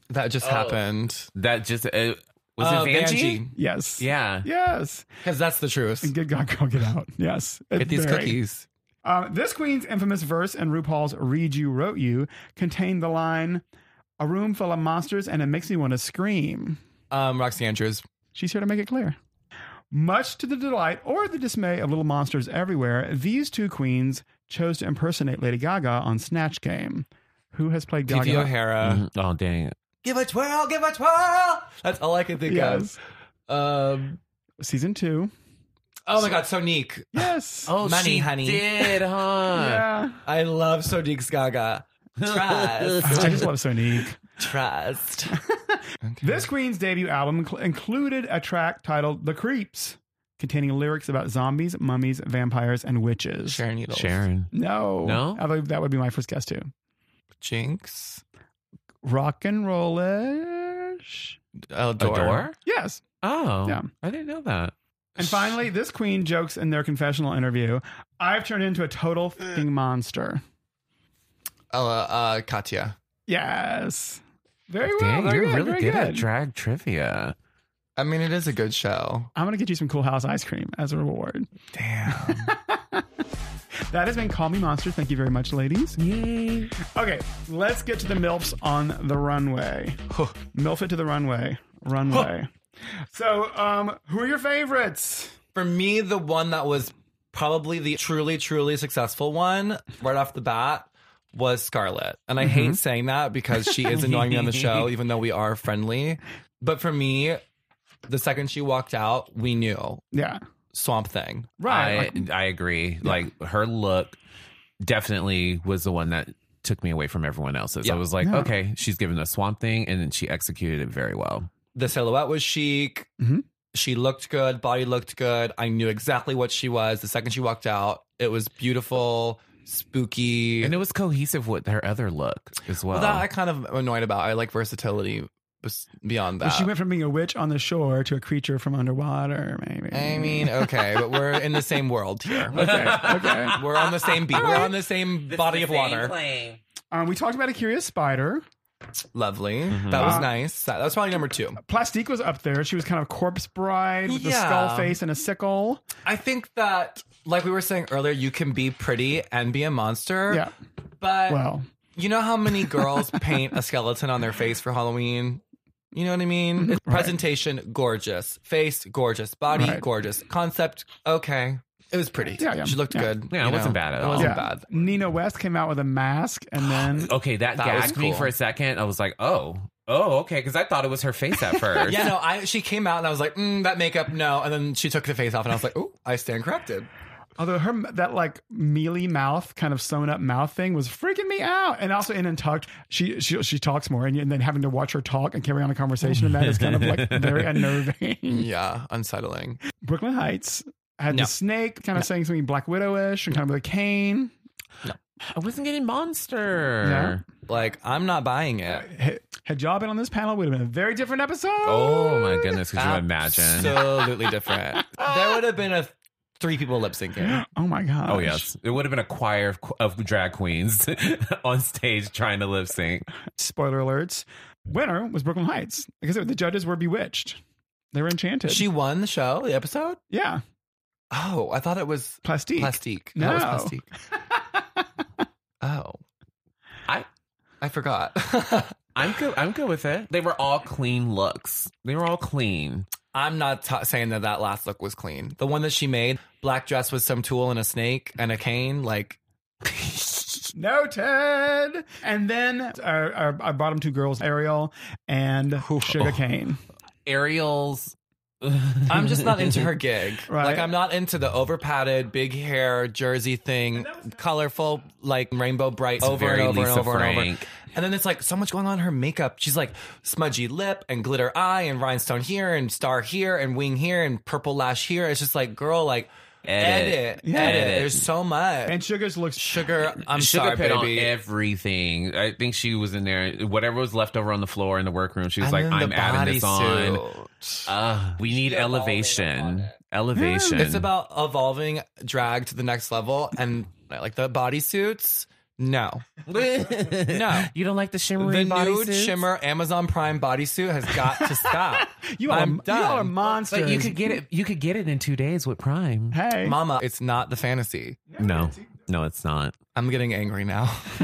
D: that just happened.
C: that just uh, Oh. was
D: Uh,
C: it Vanjie?
A: Yes.
C: Yeah.
A: Yes.
D: Because that's the truth.
A: Good God, go get out. Yes.
D: Get these
A: Very.
D: cookies.
A: Uh, this queen's infamous verse in RuPaul's Read You Wrote You contained the line, A room full of monsters and it makes me want to scream.
D: Um, Roxy Andrews.
A: She's here to make it clear. Much to the delight or the dismay of little monsters everywhere, these two queens chose to impersonate Lady Gaga on Snatch Game. Who has played Gaga?
D: T.V. O'Hara.
C: Mhm. Oh dang it.
D: Give a twirl, give a twirl. That's all I can think
A: Yes.
D: of. Um,
A: Season two.
D: oh my God, Sonique.
A: Yes.
C: Oh,
D: Money,
C: she
D: honey.
C: did, huh?
A: yeah.
D: I love Sonique's Gaga. Trust.
A: I just love Sonique.
D: Trust.
A: This Queen's debut album incl- included a track titled The Creeps, containing lyrics about zombies, mummies, vampires, and witches.
D: Sharon Needles.
C: Sharon.
A: No.
C: No?
A: I believe that would be my first guess, too.
D: Jinx.
A: Rock and rollish.
D: Adore.
C: Adore?
A: Yes.
C: Oh.
A: Yeah.
C: I didn't know that.
A: And finally, this queen jokes in their confessional interview I've turned into a
C: Eh.
A: total fucking monster.
D: Uh, uh, Katya.
A: Yes. Very well.
C: Dang,
A: very
C: you're
A: good,
C: really
A: very
C: good, at
A: good.
C: drag trivia.
D: I mean, it is a good show.
A: I'm going to get you some Cool House ice cream as a reward.
D: Damn.
A: That has been Call Me Monster. Thank you very much, ladies.
C: Yay.
A: Okay, let's get to the MILFs on the runway. MILF it to the runway. Runway. So, um, who are your favorites?
D: For me, the one that was probably the truly, truly successful one right off the bat was Scarlett. And I hate saying that because she is annoying me on the show, even though we are friendly. But for me, the second she walked out, we knew
A: Yeah.
D: Swamp Thing.
A: Right.
C: I,
A: like-
C: I agree. Like her look definitely was the one that took me away from everyone else's.
D: Yeah.
C: I was like,
A: Yeah.
C: okay, she's given a swamp thing and then she executed it very well.
D: The silhouette was chic.
A: Mhm.
D: She looked good. Body looked good. I knew exactly what she was. The second she walked out, it was beautiful, spooky.
C: And it was cohesive with her other look as well.
D: well, that I kind of am annoyed about. I like versatility bes- beyond that.
A: she went from being a witch on the shore to a creature from underwater, maybe.
D: I mean, okay, but we're in the same world here.
A: okay, okay.
D: We're on the same beat. We're on the same body of water.
A: Um, we talked about a curious spider.
D: Lovely. That was
A: Uh,
D: nice. That, that was probably number two.
A: Plastique was up there. She was kind of corpse bride with a
D: Yeah.
A: skull face and a sickle.
D: I think that, like we were saying earlier, you can be pretty and be a monster.
A: Yeah.
D: But
A: Well,
D: you know how many girls paint a skeleton on their face for Halloween? You know what I
C: Mm-hmm.
D: mean? It's presentation, gorgeous. Face, gorgeous. Body,
A: Right.
D: gorgeous. Concept, okay. It was pretty.
A: Yeah, yeah,
D: She looked
A: yeah.
D: good.
C: Yeah, it
D: you
C: wasn't Oh, bad Oh. at all.
D: It
A: yeah.
D: wasn't bad.
A: Nina West came out with a mask, and then
C: Okay, that,
D: That was
C: gagged me
D: cool.
C: for a second. I was like, oh, oh, okay, because I thought it was her face at first.
D: Yeah, no, I she came out and I was like, mm, that makeup, no. And then she took the face off and I was like, oh, I stand corrected.
A: Although her that like mealy mouth, kind of sewn up mouth thing was freaking me out. And also in Untucked, she she she talks more, and, and then having to watch her talk and carry on a conversation, and that is kind of like very
C: Mm.
A: unnerving.
D: Yeah, unsettling.
A: Brooklyn Heights had
D: No.
A: the snake, kind of saying something Black Widowish, and kind of with a cane.
C: I wasn't getting monster.
D: Like I'm not buying it.
A: Had- Had y'all been on this panel, would have been a very different episode.
C: Oh my goodness, could you imagine?
D: Absolutely different. there would have been a three people lip syncing.
A: Oh my gosh.
C: Oh yes, it would have been a choir of, of drag queens on stage trying to lip sync.
A: Spoiler alerts. Winner was Brooklyn Heights. Like I said, the judges were bewitched. They were enchanted.
D: She won the show, the episode.
A: yeah.
D: Oh, I thought it was
A: Plastique.
D: plastique. I thought
A: No.
D: it was plastique. oh,
C: I-
D: I forgot.
C: I'm good. I'm good with it. They were all clean looks. They were all clean.
D: I'm not ta saying that that last look was clean. The one that she made, black dress with some tool and a snake and a cane, like
A: Noted. And then uh, our, our, our bottom two girls, Ariel and Sugar Cane.
C: Ariel's.
D: I'm just not into her gig.
A: Right.
D: Like I'm not into the over padded, big hair, jersey thing, colorful, like rainbow bright
C: It's
D: over and
C: very
D: over and
C: Lisa
D: over and over.
C: Frank.
D: And then it's like so much going on in her makeup. She's like smudgy lip and glitter eye and rhinestone here and star here and wing here and purple lash here. It's just like girl, like
C: Edit.
D: edit, edit.
A: Yeah.
C: Edit.
D: There's so much.
A: And Sugar's looks
D: Sugar, I'm
C: Sugar
D: sorry,
C: pit
D: baby.
C: on everything. I think she was in there. Whatever was left over on the floor in the workroom, she was like,
D: And then
C: "I'm
D: the
C: adding this on."
D: bodysuit.
C: Uh, we need elevation. Elevation.
D: It's about evolving drag to the next level, and like the bodysuits. No,
C: no. You don't like the
D: the
C: shimmery
D: nude shimmer Amazon Prime bodysuit has got to stop.
A: you all,
D: I'm
A: you all are
D: done.
A: monsters.
C: get it. You could get it in two days with Prime.
A: Hey.
D: Mama, it's not the fantasy.
C: No, no, it's not.
D: I'm getting angry now.
C: She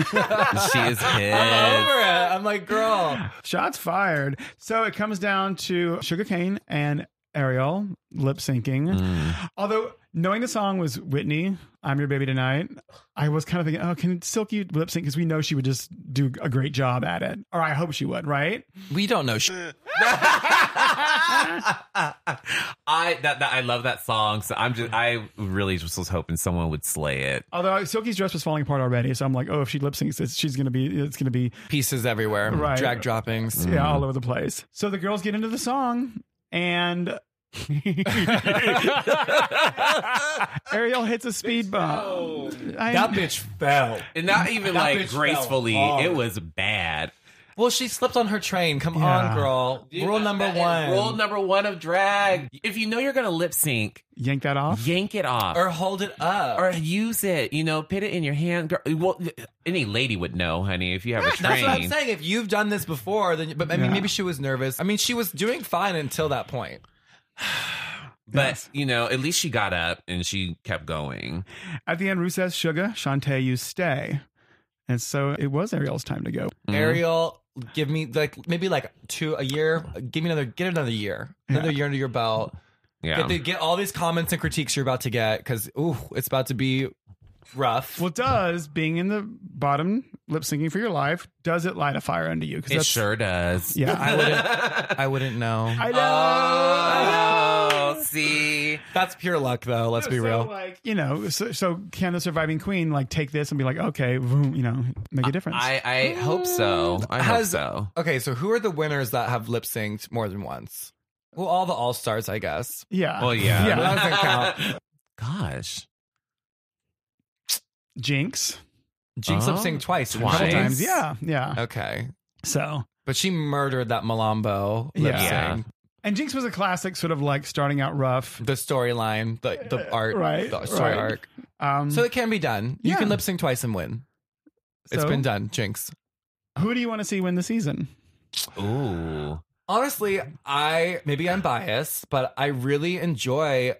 C: is
D: I'm
C: his.
D: over it. I'm like, girl.
A: Shots fired. So it comes down to Sugar Cane and Ariel lip syncing. Although knowing the song was Whitney, I'm Your Baby Tonight, I was kind of thinking, oh, can Silky lip sync? Because we know she would just do a great job at it. Or I hope she would, right?
D: We don't know. Sh-
C: I that, that I love that song. So I'm just I really just was hoping someone would slay it.
A: Although Silky's dress was falling apart already. So I'm like, oh, if she lip syncs, it's- she's going to be, it's going to be
D: Pieces everywhere.
A: Right.
D: Drag droppings.
C: Mm-hmm.
A: yeah, all over the place. So the girls get into the song and. Ariel hits a speed bump. I-
D: bitch fell.
C: And not even like
D: bitch fell
C: gracefully.
D: hard.
C: It was bad.
D: Well, she slipped on her train. Come
A: Yeah.
D: on, girl. Rule number
C: That is
D: one.
C: Rule number one of drag. If you know you're gonna lip sync,
A: yank that off.
C: yank it off.
D: or hold it up.
C: or use it, you know, put it in your hand. Girl, well, any lady would know, honey, if you have a train.
D: That's what I'm saying. If you've done this before, then but I mean,
A: Yeah.
D: maybe she was nervous. I mean, she was doing fine until that point.
C: But you know, at least she got up and she kept going.
A: At the end, Rue says, Sugar, Shantae, you stay. And so it was Ariel's time to go.
D: Ariel, give me like maybe like two a year. Give me another. Get another year. Another year under your belt.
C: Yeah.
D: Get, the, get all these comments and critiques you're about to get because ooh, it's about to be rough.
A: Well, does being in the bottom lip syncing for your life, does it light a fire under you?
C: it sure does.
A: Yeah.
D: I wouldn't. I wouldn't know.
A: I know.
C: Oh, see.
D: That's pure luck, though. Let's be
A: So,
D: real.
A: Like, you know, so, so can the surviving queen like take this and be like, okay, boom, you know, make a difference?
C: I, I hope so. I hope
D: Mm. Has-
C: so.
D: Okay, so who are the winners that have lip synced more than once? Well, all the all stars, I guess.
A: yeah.
C: Well, yeah.
A: Yeah.
D: That doesn't count.
C: Gosh.
A: Jinx.
D: Jinx
C: Oh,
D: lip synced twice. didn't
C: twice.
D: she?
A: Sometimes. Yeah. Yeah.
D: Okay.
A: So,
D: But she murdered that Malambo lip
C: Yeah.
D: sync.
A: and Jinx was a classic sort of like starting out rough.
D: The storyline, the the art,
A: Right,
D: the story
A: right.
D: arc.
A: Um,
D: So it can be done. You
A: Yeah.
D: can lip sync twice and win. it's
A: so
D: been done, Jinx.
A: Who do you want to see win the season?
C: Ooh.
D: Honestly, I maybe I'm biased, but I really enjoy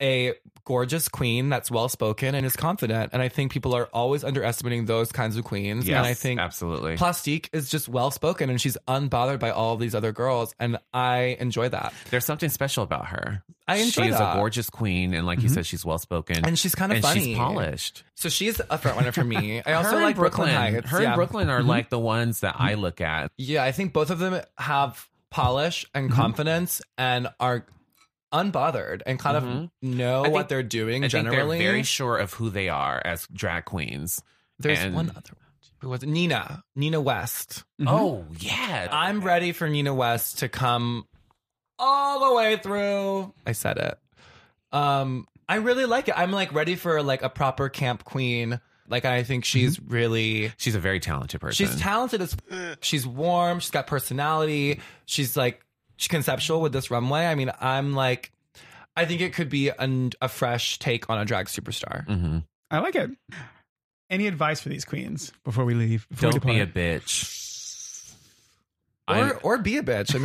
D: a gorgeous queen that's well spoken and is confident. And I think people are always underestimating those kinds of queens.
C: Yes,
D: and I think
C: absolutely.
D: Plastique is just well spoken and she's unbothered by all of these other girls. And I enjoy that.
C: There's something special about her.
D: I enjoy
C: She is
D: that. Mm-hmm.
C: a gorgeous queen, and like you said, she's well spoken
D: And she's kind of
C: and
D: funny.
C: she's polished.
D: So she's a front runner for me. I also
C: her
D: like
C: and Brooklyn.
D: Brooklyn Heights.
C: Her
D: yeah. Mm-hmm.
C: and Brooklyn are like the ones that I look at. Mm-hmm.
D: Yeah, I think both of them have polish and confidence and are unbothered and kind of
C: Mhm.
D: know
C: I
D: what
C: think-
D: they're doing
C: I think
D: generally.
C: they're very sure of who they are as drag queens.
D: There's
C: and-
D: one other one. Who was it? Nina? Nina West.
A: Mhm.
C: Oh yeah,
D: Mm-hmm. I'm ready for Nina West to come all the way through. I said it. Um, I really like it. I'm like ready for like a proper camp queen. Like I think she's
C: Mm-hmm.
D: really
C: She's a very talented person.
D: she's talented as she's warm, she's got personality, she's like she's conceptual with this runway. I mean, I'm like I think it could be an, a fresh take on a drag superstar.
C: Mhm.
A: I like it. Any advice for these queens before we leave? Before
C: Don't
A: we
C: be a
A: depart?
C: bitch. I-
D: Or or be a bitch. I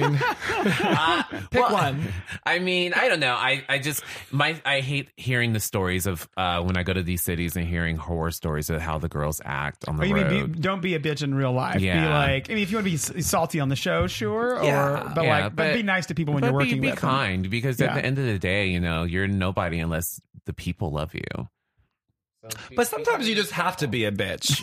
D: mean, pick
C: Well,
D: one.
C: I mean, I don't know. I, I just my I hate hearing the stories of uh, when I go to these cities and hearing horror stories of how the girls act on the
A: Oh, you mean
C: road.
A: be, don't be a bitch in real life. Be
C: Yeah.
A: like, I mean, if you want to be s- salty on the show, sure. Or,
D: Yeah.
A: but
C: Yeah,
A: like, but,
C: but-
A: be nice to people when
C: But
A: you're working
C: be, be
A: with them.
C: kind because
A: Yeah.
C: at the end of the day, you know, you're nobody unless the people love you.
D: But sometimes you just have to be a bitch.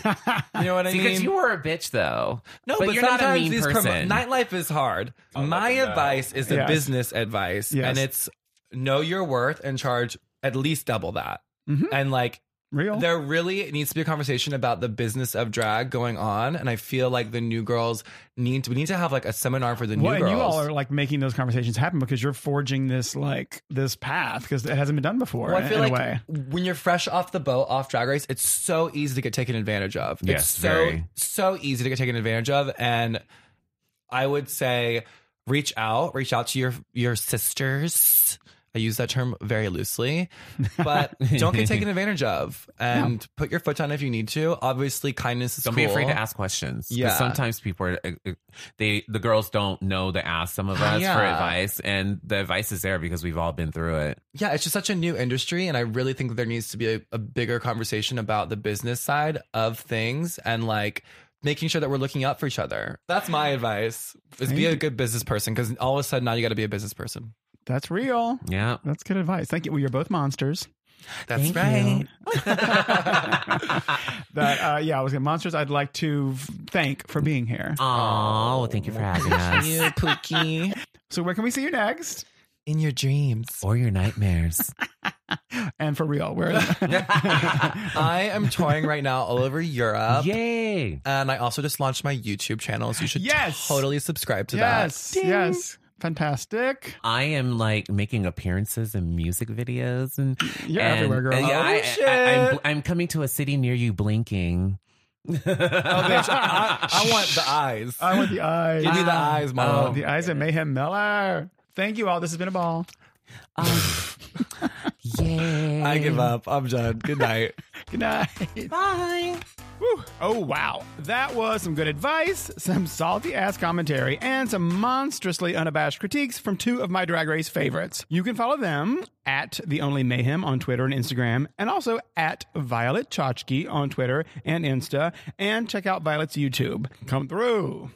D: You know what I mean?
C: because you were a bitch though.
D: No, but,
C: but, you're not a
D: sometimes
C: mean
D: these promo-
C: person.
D: nightlife is hard. My advice is the
A: Yes.
D: business advice,
A: Yes.
D: and it's know your worth and charge at least double that.
C: Mm-hmm.
A: Mhm.
D: And like,
A: Real.
D: there really needs to be a conversation about the business of drag going on, and I feel like the new girls need to. We need to have like a seminar for the
A: well,
D: new
A: and
D: girls.
A: you all are like making those conversations happen because you're forging this like this path because it hasn't been done before.
D: well,
A: in,
D: I feel
A: in
D: like
A: a way.
D: when you're fresh off the boat, off Drag Race, it's so easy to get taken advantage of.
C: Yes,
D: it's so
C: very.
D: so easy to get taken advantage of, and I would say reach out, reach out to your your sisters. I use that term very loosely, but don't get taken advantage of, and put your foot down if you need to. Obviously, kindness is
C: don't be
D: cool.
C: afraid to ask questions. 'Cause
D: Yeah.
C: sometimes people are uh, uh, they the girls don't know to ask some of us for
D: Yeah.
C: advice, and the advice is there because we've all been through it.
D: Yeah, it's just such a new industry, and I really think that there needs to be a, a bigger conversation about the business side of things and like making sure that we're looking out for each other. That's my advice: is be a good business person because all of a sudden now you got to be a business person.
A: That's real.
C: Yeah.
A: That's good advice. Thank you. Well, you're both monsters.
D: That's
A: That uh, yeah, I was gonna monsters. I'd like to f- thank for being here.
D: Uh,
C: Oh, thank you for having us.
D: you, Pookie,
A: So where can we see you next?
D: in your dreams.
C: or your nightmares.
A: And for real, where?
D: I am touring right now all over Europe.
C: Yay.
D: And I also just launched my YouTube channel, so you should
A: Yes.
D: totally subscribe to
A: yes,
D: that.
A: yes, fantastic.
C: I am like making appearances in music videos and
A: You're
C: and-
A: everywhere, girl.
C: and yeah,
D: Oh,
C: I,
D: shit.
C: am I'm coming to a city near you, blinking.
D: Oh, bitch, I, I want the eyes.
A: I want the eyes.
D: Give me the um, eyes, mom.
A: the eyes of Mayhem Miller. Thank you all. This has been a ball.
C: Yay.
D: I give up. I'm done. Good night.
A: Good night.
C: Bye.
A: Whew. Oh, wow. That was some good advice, some salty ass commentary, and some monstrously unabashed critiques from two of my Drag Race favorites. You can follow them at The Only Mayhem on Twitter and Instagram, and also at Violet Chachki on Twitter and Insta, and check out Violet's YouTube. Come through.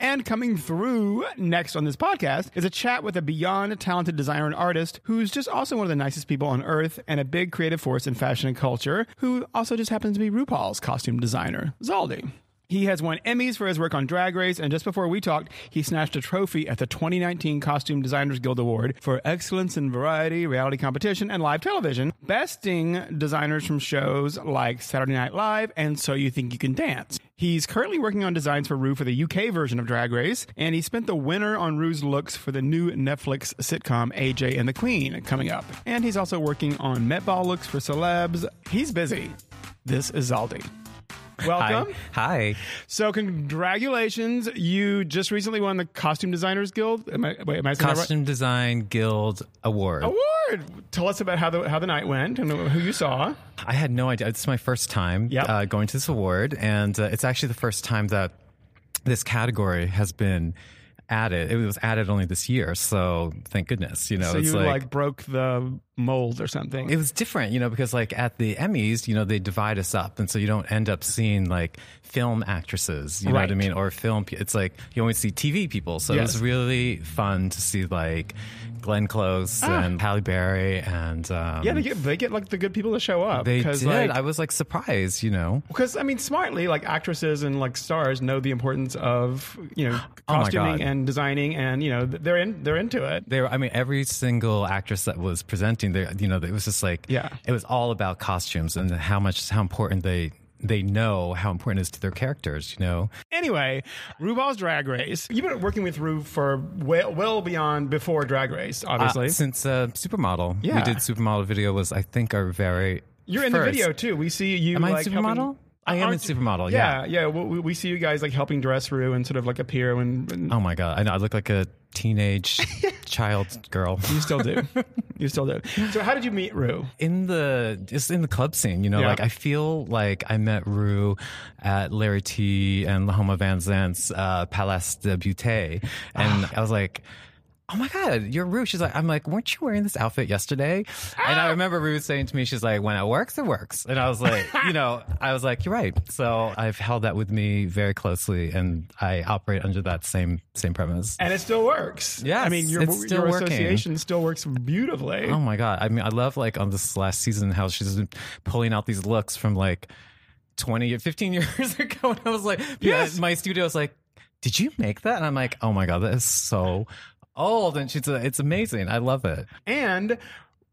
A: And coming through next on this podcast is a chat with a beyond talented designer and artist who's just also one of the nicest people on earth and a big creative force in fashion and culture, who also just happens to be RuPaul's costume designer, Zaldi. He has won Emmys for his work on Drag Race, and just before we talked, he snatched a trophy at the 2019 Costume Designers Guild Award for Excellence in Variety, Reality Competition, and Live Television, besting designers from shows like Saturday Night Live and So You Think You Can Dance. He's currently working on designs for Rue for the UK version of Drag Race, and he spent the winter on Rue's looks for the new Netflix sitcom AJ and the Queen coming up. And he's also working on Met Ball looks for celebs. He's busy. This is Zaldi. Welcome.
D: Hi.
A: So congratulations! You just recently won the Costume Designers Guild. Am I, wait, am I saying
F: Costume Design Guild Award.
A: that
C: Oh.
A: right? award? Tell us about how the how the night went and who you saw.
F: I had no idea. It's my first time
A: Yep.
F: uh, going to this award, and uh, it's actually the first time that this category has been added. It was added only this year, so thank goodness. You know,
A: so
F: it's
A: you like, broke the mold or something.
F: It was different, you know, because like at the Emmys, you know, they divide us up. And so you don't end up seeing like film actresses, you know what I
A: Right.
F: mean? Or film, pe- it's like you only see TV people. So it
A: Yes.
F: was really fun to see like Glenn Close and Halle Berry and. Um,
A: Ah. yeah, they get they get like the good people to show up.
F: they did.
A: because Like,
F: I was like surprised, you know.
A: because I mean, smartly, like actresses and like stars know the importance of you know
F: Oh my
A: costuming
F: God.
A: and designing, and you know th- they're in they're into it.
F: They were, I mean, every single actress that was presenting, there, you know, it was just like,
A: Yeah.
F: it was all about costumes and how much, how important they they know how important it is to their characters, you know.
A: Anyway, RuPaul's Drag Race. You've been working with Ru for well, well beyond before Drag Race, obviously.
F: Uh, since uh, supermodel,
A: Yeah.
F: we did supermodel video was I think our very.
A: You're in the
F: first.
A: video too. We see you.
F: Am I in
A: like,
F: supermodel?
A: helping-
F: I am in
A: Aren't you-
F: supermodel.
A: Yeah,
F: Yeah.
A: yeah. We, we- we see you guys like helping dress Ru and sort of like appear when. when
F: Oh my god! I know I look like a teenage child girl
A: you still do. you still do. So how did you meet Rue?
F: in the just in the club scene. You know,
A: Yeah.
F: like I feel like I met Rue at Larry T and Lahoma Van Zandt's uh, Palace de Beauté, and I was like. Oh my God, you're Rue. She's like, I'm like, weren't you wearing this outfit yesterday? And I remember Rue saying to me, she's like, when it works, it works. And I was like, you know, I was like, you're right. So I've held that with me very closely and I operate under that same, same premise.
A: And it still works.
F: Yes,
A: I mean, your,
F: it's still
A: your
F: working.
A: association still works beautifully.
F: Oh my god! I mean, I love like on this last season how she's been pulling out these looks from like twenty or fifteen years ago, and I was like,
A: Yes.
F: yeah, my studio was like, did you make that? And I'm like, oh my god, that is so old, and she's uh, it's amazing. I love it.
A: And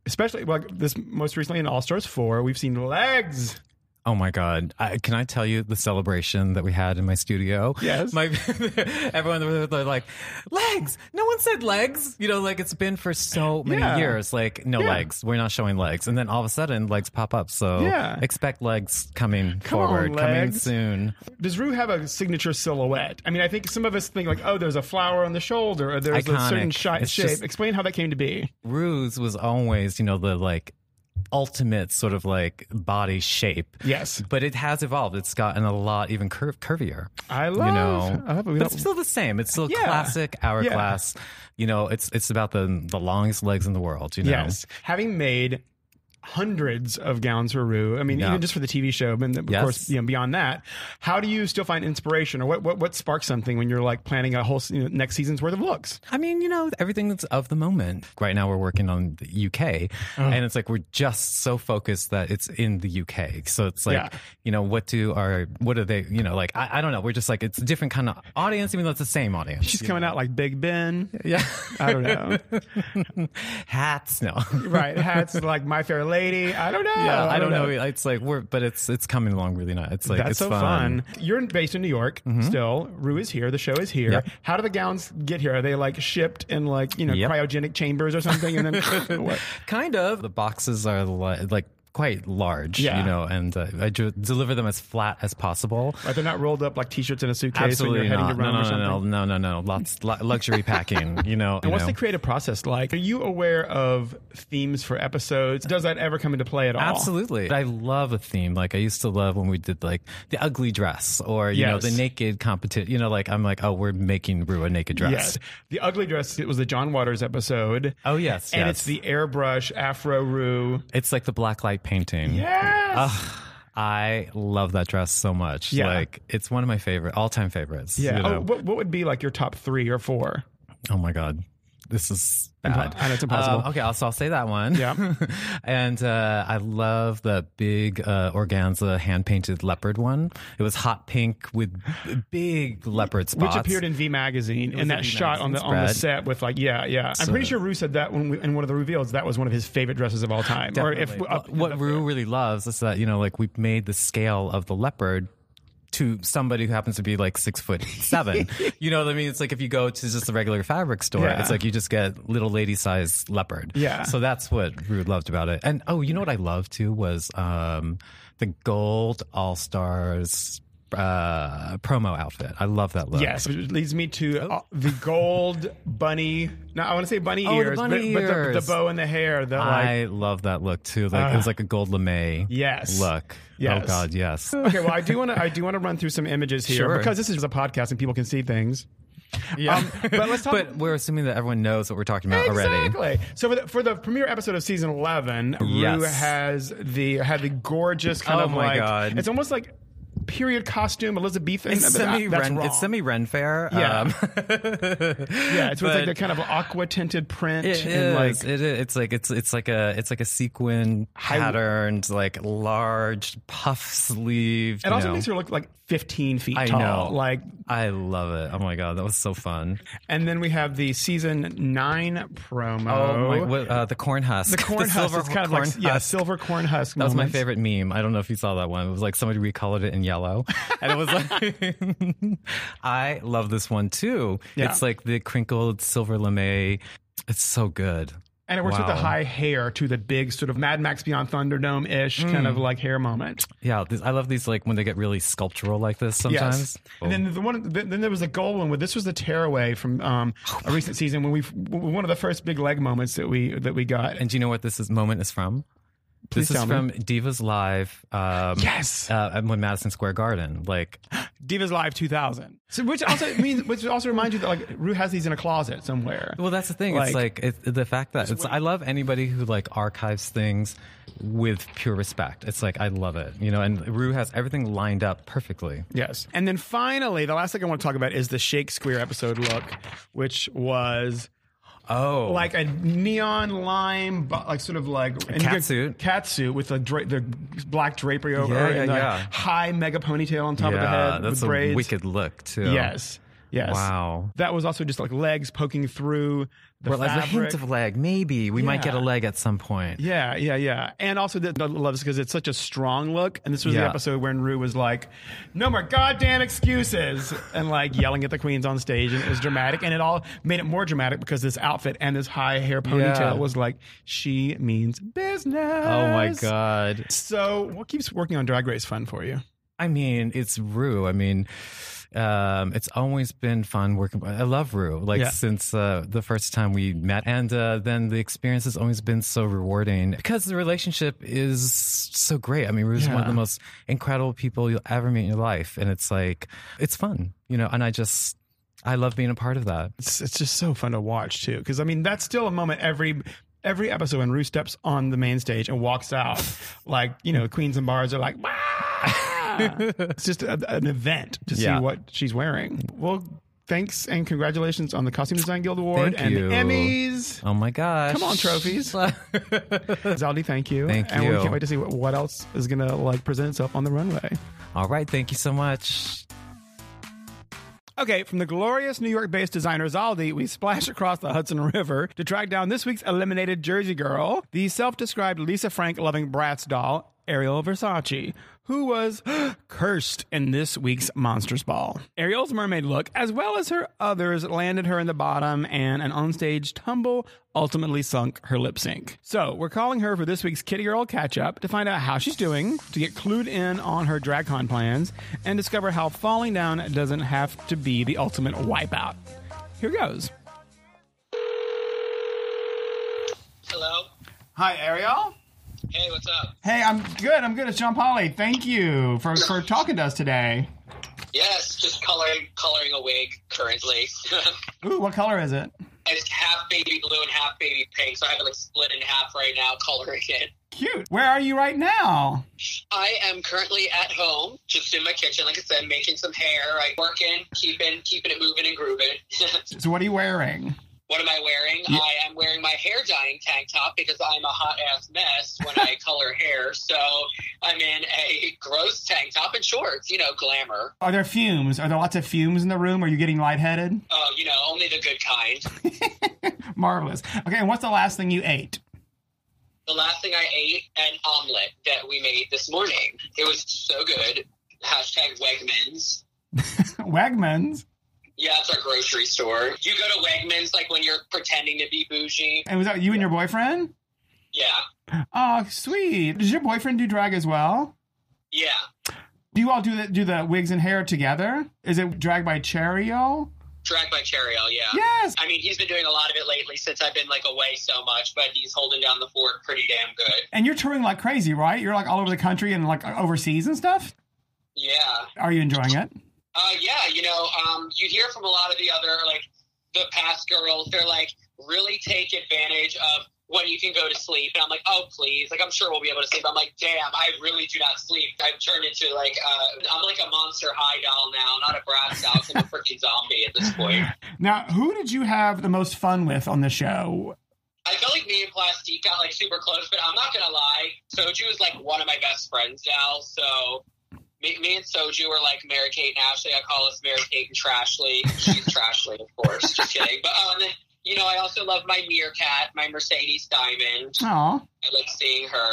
A: especially like this most recently in All Stars 4, we've seen legs.
F: Oh my god! I, can I tell you the celebration that we had in my studio?
A: Yes.
F: my everyone was like legs. No one said legs. You know, like it's been for so many
A: Yeah.
F: years. Like no
A: Yeah.
F: legs. We're not showing legs, and then all of a sudden, legs pop up. So
A: Yeah.
F: expect legs coming
A: Come on,
F: forward, coming
A: legs.
F: soon.
A: Does Rue have a signature silhouette? I mean, I think some of us think like, oh, there's a flower on the shoulder, or there's a
F: Iconic.
A: certain shi-
F: It's
A: shape.
F: just-
A: Explain how that came to be.
F: Ruse was always, you know, the like ultimate sort of like body shape.
A: Yes,
F: But it has evolved. It's gotten a lot even cur- curvier.
A: I love.
F: you know,
A: I love it. We
F: but it's
A: don't-
F: still the same. It's still
A: Yeah.
F: classic hourglass. You know, it's it's about the the longest legs in the world. You know,
A: Yes, having made hundreds of gowns for Rue. I mean,
F: Yeah.
A: even just for the TV show, and then, of
F: Yes.
A: course, you know, beyond that, how do you still find inspiration, or what what, what sparks something when you're like planning a whole you know, next season's worth of looks?
F: I mean, you know, everything's of the moment. Right now, we're working on the UK,
A: Uh.
F: and it's like we're just so focused that it's in the UK. So it's like,
A: Yeah.
F: you know, what do our, what are they, you know, like I, I don't know. We're just like it's a different kind of audience, even though it's the same audience.
A: She's coming out like Big Ben.
F: yeah,
A: I don't know.
F: hats. No,
A: right, hats like My Fair Lady. I don't know.
F: yeah, I don't know. It's like we're, but it's it's coming along really nice. It's like
A: That's
F: it's
A: so fun.
F: fun. Mm-hmm.
A: You're based in New York still. Rue is here. The show is here.
F: Yep.
A: How do the gowns get here? Are they like shipped in like, you know,
F: Yep.
A: cryogenic chambers or something? And then what?
F: Kind of. The boxes are li- like quite large,
A: Yeah.
F: you know, and uh, I ju- deliver them as flat as possible.
A: Like they're not rolled up like t shirts in a suitcase
F: Absolutely
A: when you're
F: not.
A: heading to Rome
F: no,
A: or
F: no,
A: something.
F: no, no, no, no, no. Lots lu- luxury packing. You know.
A: And
F: you
A: what's
F: know.
A: the creative process like? Are you aware of themes for episodes? Does that ever come into play at all?
F: Absolutely. I love a theme. Like I used to love when we did like the ugly dress or you know
A: Yes.
F: the naked competition. You know, like I'm like, oh, we're making Rue a naked dress.
A: Yes. The ugly dress, it was the John Waters episode.
F: Oh yes,
A: and
F: yes.
A: it's the airbrush Afro Rue.
F: it's like the black light painting.
A: Yes.
F: I love that dress so much.
A: Yeah.
F: Like it's one of my favorite, all time favorites.
A: yeah.
F: you know?
A: Oh, what, what would be like your top three or four?
F: Oh my god, this is
A: Impo-
F: bad.
A: I know, it's impossible.
F: Um, okay, I'll, so I'll say that one.
A: Yeah.
F: and uh, I love the big uh, organza hand painted leopard one. It was hot pink with b- big leopard spots.
A: Which appeared in V magazine, and
F: was
A: that
F: a V
A: shot on the
F: magazine
A: on the
F: spread.
A: set with like, yeah, yeah. I'm pretty sure Rue said that when we, in one of the reveals that was one of his favorite dresses of all time. Or if
F: Definitely. uh, What- what Rue really loves is that you know, like we've made the scale of the leopard to somebody who happens to be like six foot seven. you know what I mean? It's like if you go to just a regular fabric store,
A: Yeah.
F: it's like you just get little lady sized leopard.
A: Yeah.
F: So that's what Rue loved about it. And oh, you know what I loved too was um, the gold all stars uh, promo outfit. I love that look.
A: Yes, which leads me to uh, the gold bunny. No, I want to say bunny
F: Oh, the
A: ears,
F: bunny
A: but, but the, the
F: ears.
A: bow and the hair. The like,
F: I love that look too. Like it was like a gold lame
A: Uh, yes,
F: look.
A: Yes.
F: Oh God, yes.
A: Okay, well, I do want to I do want to run through some images here
F: Sure.
A: because this is a podcast and people can see things.
F: Yeah.
A: Um, but let's talk.
F: But we're assuming that everyone knows what we're talking about already.
A: Exactly. So for the, for the premiere episode of season eleven, Rue
F: Yes.
A: has the had the gorgeous kind
F: Oh
A: of
F: my
A: like
F: God.
A: it's almost like period costume Elizabethan.
F: It's
A: but
F: semi
A: that- that's
F: Ren.
A: wrong.
F: It's semi Ren Fair.
A: Yeah. yeah, it's, with like
F: but-
A: the kind of aqua tinted print
F: It
A: and
F: is.
A: like
F: it is. It's like it's it's like a it's like a sequin patterned, like large puff sleeve.
A: it
F: you
A: also
F: know.
A: makes her look like 15 feet
F: I
A: tall.
F: know.
A: Like,
F: I love it. Oh my god, that was so fun.
A: and then we have the season nine promo.
F: Oh my, what, uh, the corn husk.
A: the corn husk
F: silver
A: is kind of
F: corn
A: like yeah,
F: husk.
A: silver corn husk.
F: That was my
A: moments.
F: favorite meme. I don't know if you saw that one. It was like somebody recolored it in yellow. And it was like, I love this one too.
A: Yeah.
F: It's like the crinkled silver lame. It's so good.
A: And it works with the
F: Wow.
A: high hair to the big sort of Mad Max Beyond Thunderdome ish
F: Hmm.
A: kind of like hair moment.
F: Yeah, this, I love these like when they get really sculptural like this sometimes.
A: Yes. And then the one, th- then there was a gold one. With this was the tearaway from um,
F: Oh.
A: a recent season when we one of the first big leg moments that we that we got.
F: And do you know what this is, moment is from?
A: Please
F: this is
A: tell me.
F: from Divas Live. Um,
A: Yes.
F: uh, at when Madison Square Garden, like
A: Divas Live 2000. So, which also means, which also reminds you that like Rue has these in a closet somewhere.
F: Well, that's the thing. it's
A: Like-
F: like it's the fact that it's, I love anybody who like archives things with pure respect. It's like I love it, you know. And Rue has everything lined up perfectly.
A: Yes. And then finally, the last thing I want to talk about is the Shakespeare episode look, which was
F: Oh,
A: like a neon lime, bu- like sort of like and you
F: cat
A: could-
F: suit.
A: cat suit with the dra- the black drapery over
F: Yeah,
A: it and
F: yeah,
A: the
F: yeah.
A: high mega ponytail on top of the
F: yeah,
A: head
F: that's
A: with
F: a
A: braids.
F: wicked look too.
A: Yes. Yes.
F: Wow.
A: That was also just like legs poking through the
F: Or like a
A: fabric.
F: hint of leg, maybe we might get a
A: Yeah.
F: leg at some point.
A: Yeah, yeah, yeah. And also, that I love this because it's such a strong look. And this was the
F: Yeah.
A: episode when Rue was like, no more goddamn excuses, and like yelling at the queens on stage. And it was dramatic. And it all made it more dramatic because this outfit and this high hair ponytail
F: Yeah.
A: was like, she means business.
F: Oh my god.
A: So, what keeps working on Drag Race fun for you?
F: I mean, it's Rue. I mean, um, it's always been fun working. I love Rue, like
A: Yeah.
F: since uh, the first time we met, and uh, then the experience has always been so rewarding because the relationship is so great. I mean, Rue's one
A: Yeah.
F: of the most incredible people you'll ever meet in your life, and it's like it's fun, you know. And I just, I love being a part of that.
A: It's, it's just so fun to watch, too. Because, I mean, that's still a moment every. Every episode when Rue steps on the main stage and walks out, like, you know, queens and bars are like, "Wah!" it's just a, an event to see
F: Yeah.
A: what she's wearing. Well, thanks and congratulations on the Costume Design Guild Award
F: Thank
A: and
F: you.
A: the Emmys.
F: Oh my gosh!
A: Come on, trophies. Zaldi, thank you.
F: Thank
A: and we
F: you.
A: can't wait to see what, what else is going to like present itself on the runway.
F: All right, thank you so much.
A: Okay, from the glorious New York based designer Zaldi, we splash across the Hudson River to track down this week's eliminated Jersey girl, the self described Lisa Frank loving Bratz doll, Ariel Versace, who was cursed in this week's Monsters Ball. Ariel's mermaid look, as well as her others, landed her in the bottom, and an onstage tumble ultimately sunk her lip sync. So, we're calling her for this week's Kitty Girl catch up to find out how she's doing, to get clued in on her drag con plans, and discover how falling down doesn't have to be the ultimate wipeout. Here goes.
G: Hello.
A: Hi, Ariel.
G: Hey, what's up?
A: Hey, I'm good. I'm good. It's John Polly. Thank you for, for talking to us today.
G: Yes, just coloring coloring a wig currently, and
A: Ooh, what color is it?
G: it's half baby blue and half baby pink. So I have it like split in half right now, coloring it.
A: Cute. Where are you right now?
G: I am currently at home, just in my kitchen, like I said, making some hair. Right, working, keeping keeping it moving and grooving.
A: So, what are you wearing?
G: what am I wearing? I am wearing my hair dyeing tank top because I'm a hot ass mess when I color hair. So I'm in a gross tank top and shorts. You know, glamour.
A: Are there fumes? Are there lots of fumes in the room? Are you getting lightheaded?
G: Oh, you know, only the good kind.
A: Marvelous. Okay, and what's the last thing you ate?
G: the last thing I ate an omelet that we made this morning. It was so good. Hashtag Wegmans.
A: Wegmans.
G: Yeah, it's our grocery store. You go to Wegmans like when you're pretending to be bougie.
A: And was that you and your boyfriend?
G: Yeah,
A: Oh, sweet. Does your boyfriend do drag as well?
G: yeah.
A: Do you all do the do the wigs and hair together? Is it drag by Cherio?
G: Drag by Chariel, yeah.
A: Yes.
G: I mean, he's been doing a lot of it lately since I've been like away so much, but he's holding down the fort pretty damn good.
A: And you're touring like crazy, right? You're like all over the country and like overseas and stuff.
G: Yeah.
A: Are you enjoying it?
G: Uh, yeah, you know, um, you hear from a lot of the other like the past girls, they're like really take advantage of when you can go to sleep. And I'm like, oh please, like I'm sure we'll be able to sleep. I'm like, damn, I really do not sleep. I've turned into like uh, I'm like a monster high doll now, not a brass doll. I'm a freaking zombie at this point.
A: Now, who did you have the most fun with on the show?
G: I felt like me and Plastique got like super close, but I'm not gonna lie. Soju is like one of my best friends now, so me, me and Soju are like Mary Kate and Ashley. I call us Mary Kate and Trashly. She's Trashly, of course. Just kidding. But um, you know, I also love my meerkat, my Mercedes Diamond.
A: Aw.
G: I like seeing her.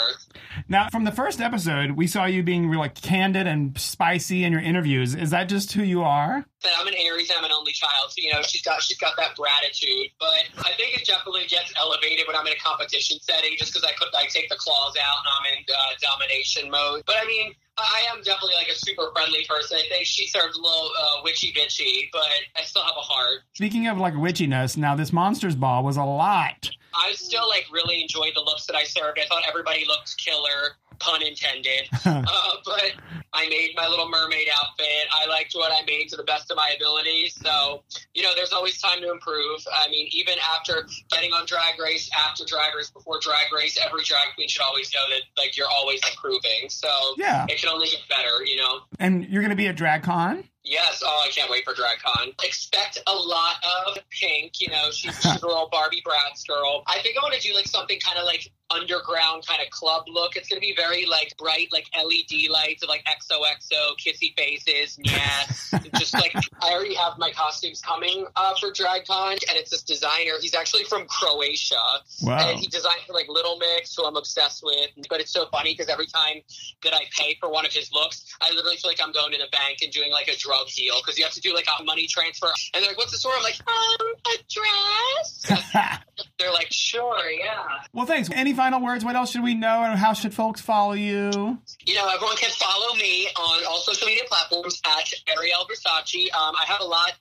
A: Now, from the first episode, we saw you being real like candid and spicy in your interviews. Is that just who you are?
G: But I'm an Aries. I'm an only child, so you know she's got she's got that gratitude. But I think it definitely gets elevated when I'm in a competition setting, just because I could I take the claws out and I'm in uh, domination mode. But I mean, I I am definitely like a super friendly person. I think she serves a little uh, witchy bitchy, but I still have a heart.
A: Speaking of like witchiness, now this monsters ball was a lot.
G: I still like really enjoyed the looks that I served. I thought everybody looked killer, pun intended. uh, but I made my little mermaid outfit. I liked what I made to the best of my ability. So you know, there's always time to improve. I mean, even after getting on Drag Race, after Drag Race, before Drag Race, every drag queen should always know that like you're always improving. So
A: Yeah.
G: it can only get better. You know.
A: And you're going to be at DragCon?
G: Yes, oh, I can't wait for DragCon. Expect a lot of pink. You know, she's she's a little Barbie Bratz girl. I think I want to do like something kind of like underground, kind of club look. It's going to be very like bright, like LED lights of like XOXO, kissy faces, yes. just like I already have my costumes coming uh, for DragCon, and it's this designer. He's actually from Croatia.
A: Wow.
G: And he designed for like Little Mix, who I'm obsessed with. But it's so funny because every time that I pay for one of his looks, I literally feel like I'm going to the bank and doing like a drug deal because you have to do like a money transfer. And they're like, "What's the store?" I'm like, "Um, a dress." they're like, "Sure, yeah."
A: well, thanks. Any final words? What else should we know? And how should folks follow you?
G: you know, everyone can follow me on all social media platforms at Ariel Versace. Um, I have a lot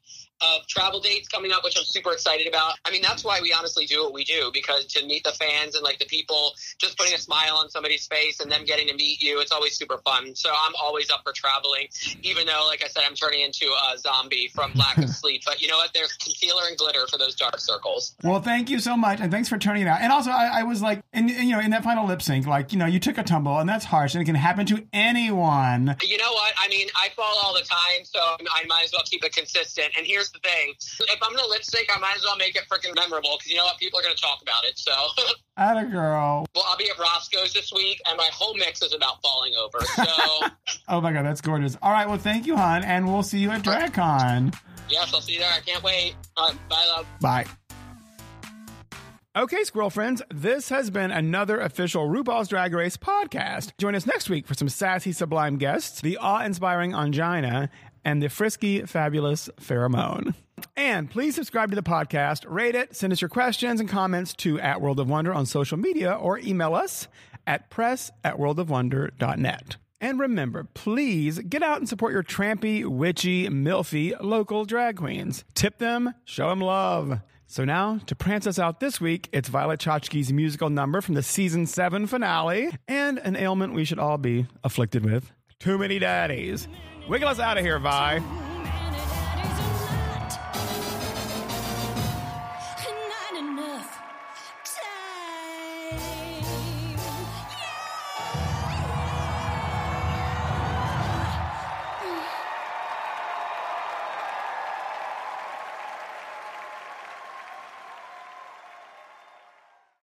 G: of travel dates coming up, which I'm super excited about. I mean, that's why we honestly do what we do because to meet the fans and like the people, just putting a smile on somebody's face and them getting to meet you, it's always super fun. So I'm always up for traveling, even though, like I said, I'm turning into a zombie from lack of sleep. But you know what? There's concealer and glitter for those dark circles.
A: Well, thank you so much, and thanks for turning it out. And also, I, I was like, in, in, you know, in that final lip sync, like, you know, you took a tumble, and that's harsh, and it can happen to anyone.
G: You know what? I mean, I fall all the time, so I might as well keep it consistent. And here's the thing: if I'm gonna lip sync, I might as well make it freaking memorable because you know what? People are gonna talk about it. So,
A: At a girl.
G: well, I'll be at Roscoe's this week, and my whole mix is about falling over. So,
A: Oh my god, that's gorgeous. All right, well, thank you, hon, and we'll see you at DragCon.
G: yes, I'll see you there. I can't wait. All right, bye, love.
A: Bye. Okay, squirrel friends, this has been another official RuPaul's Drag Race podcast. Join us next week for some sassy, sublime guests, the awe inspiring Angina, and the frisky, fabulous Pheromone. And please subscribe to the podcast, rate it, send us your questions and comments to at World of Wonder on social media, or email us at press at worldofwonder.net. And remember, please get out and support your trampy, witchy, milfy local drag queens. Tip them, show them love. So now, to prance us out this week, it's Violet Chachki's musical number from the season 7 finale and an ailment we should all be afflicted with. Too many daddies. Wiggle us out of here, Vi.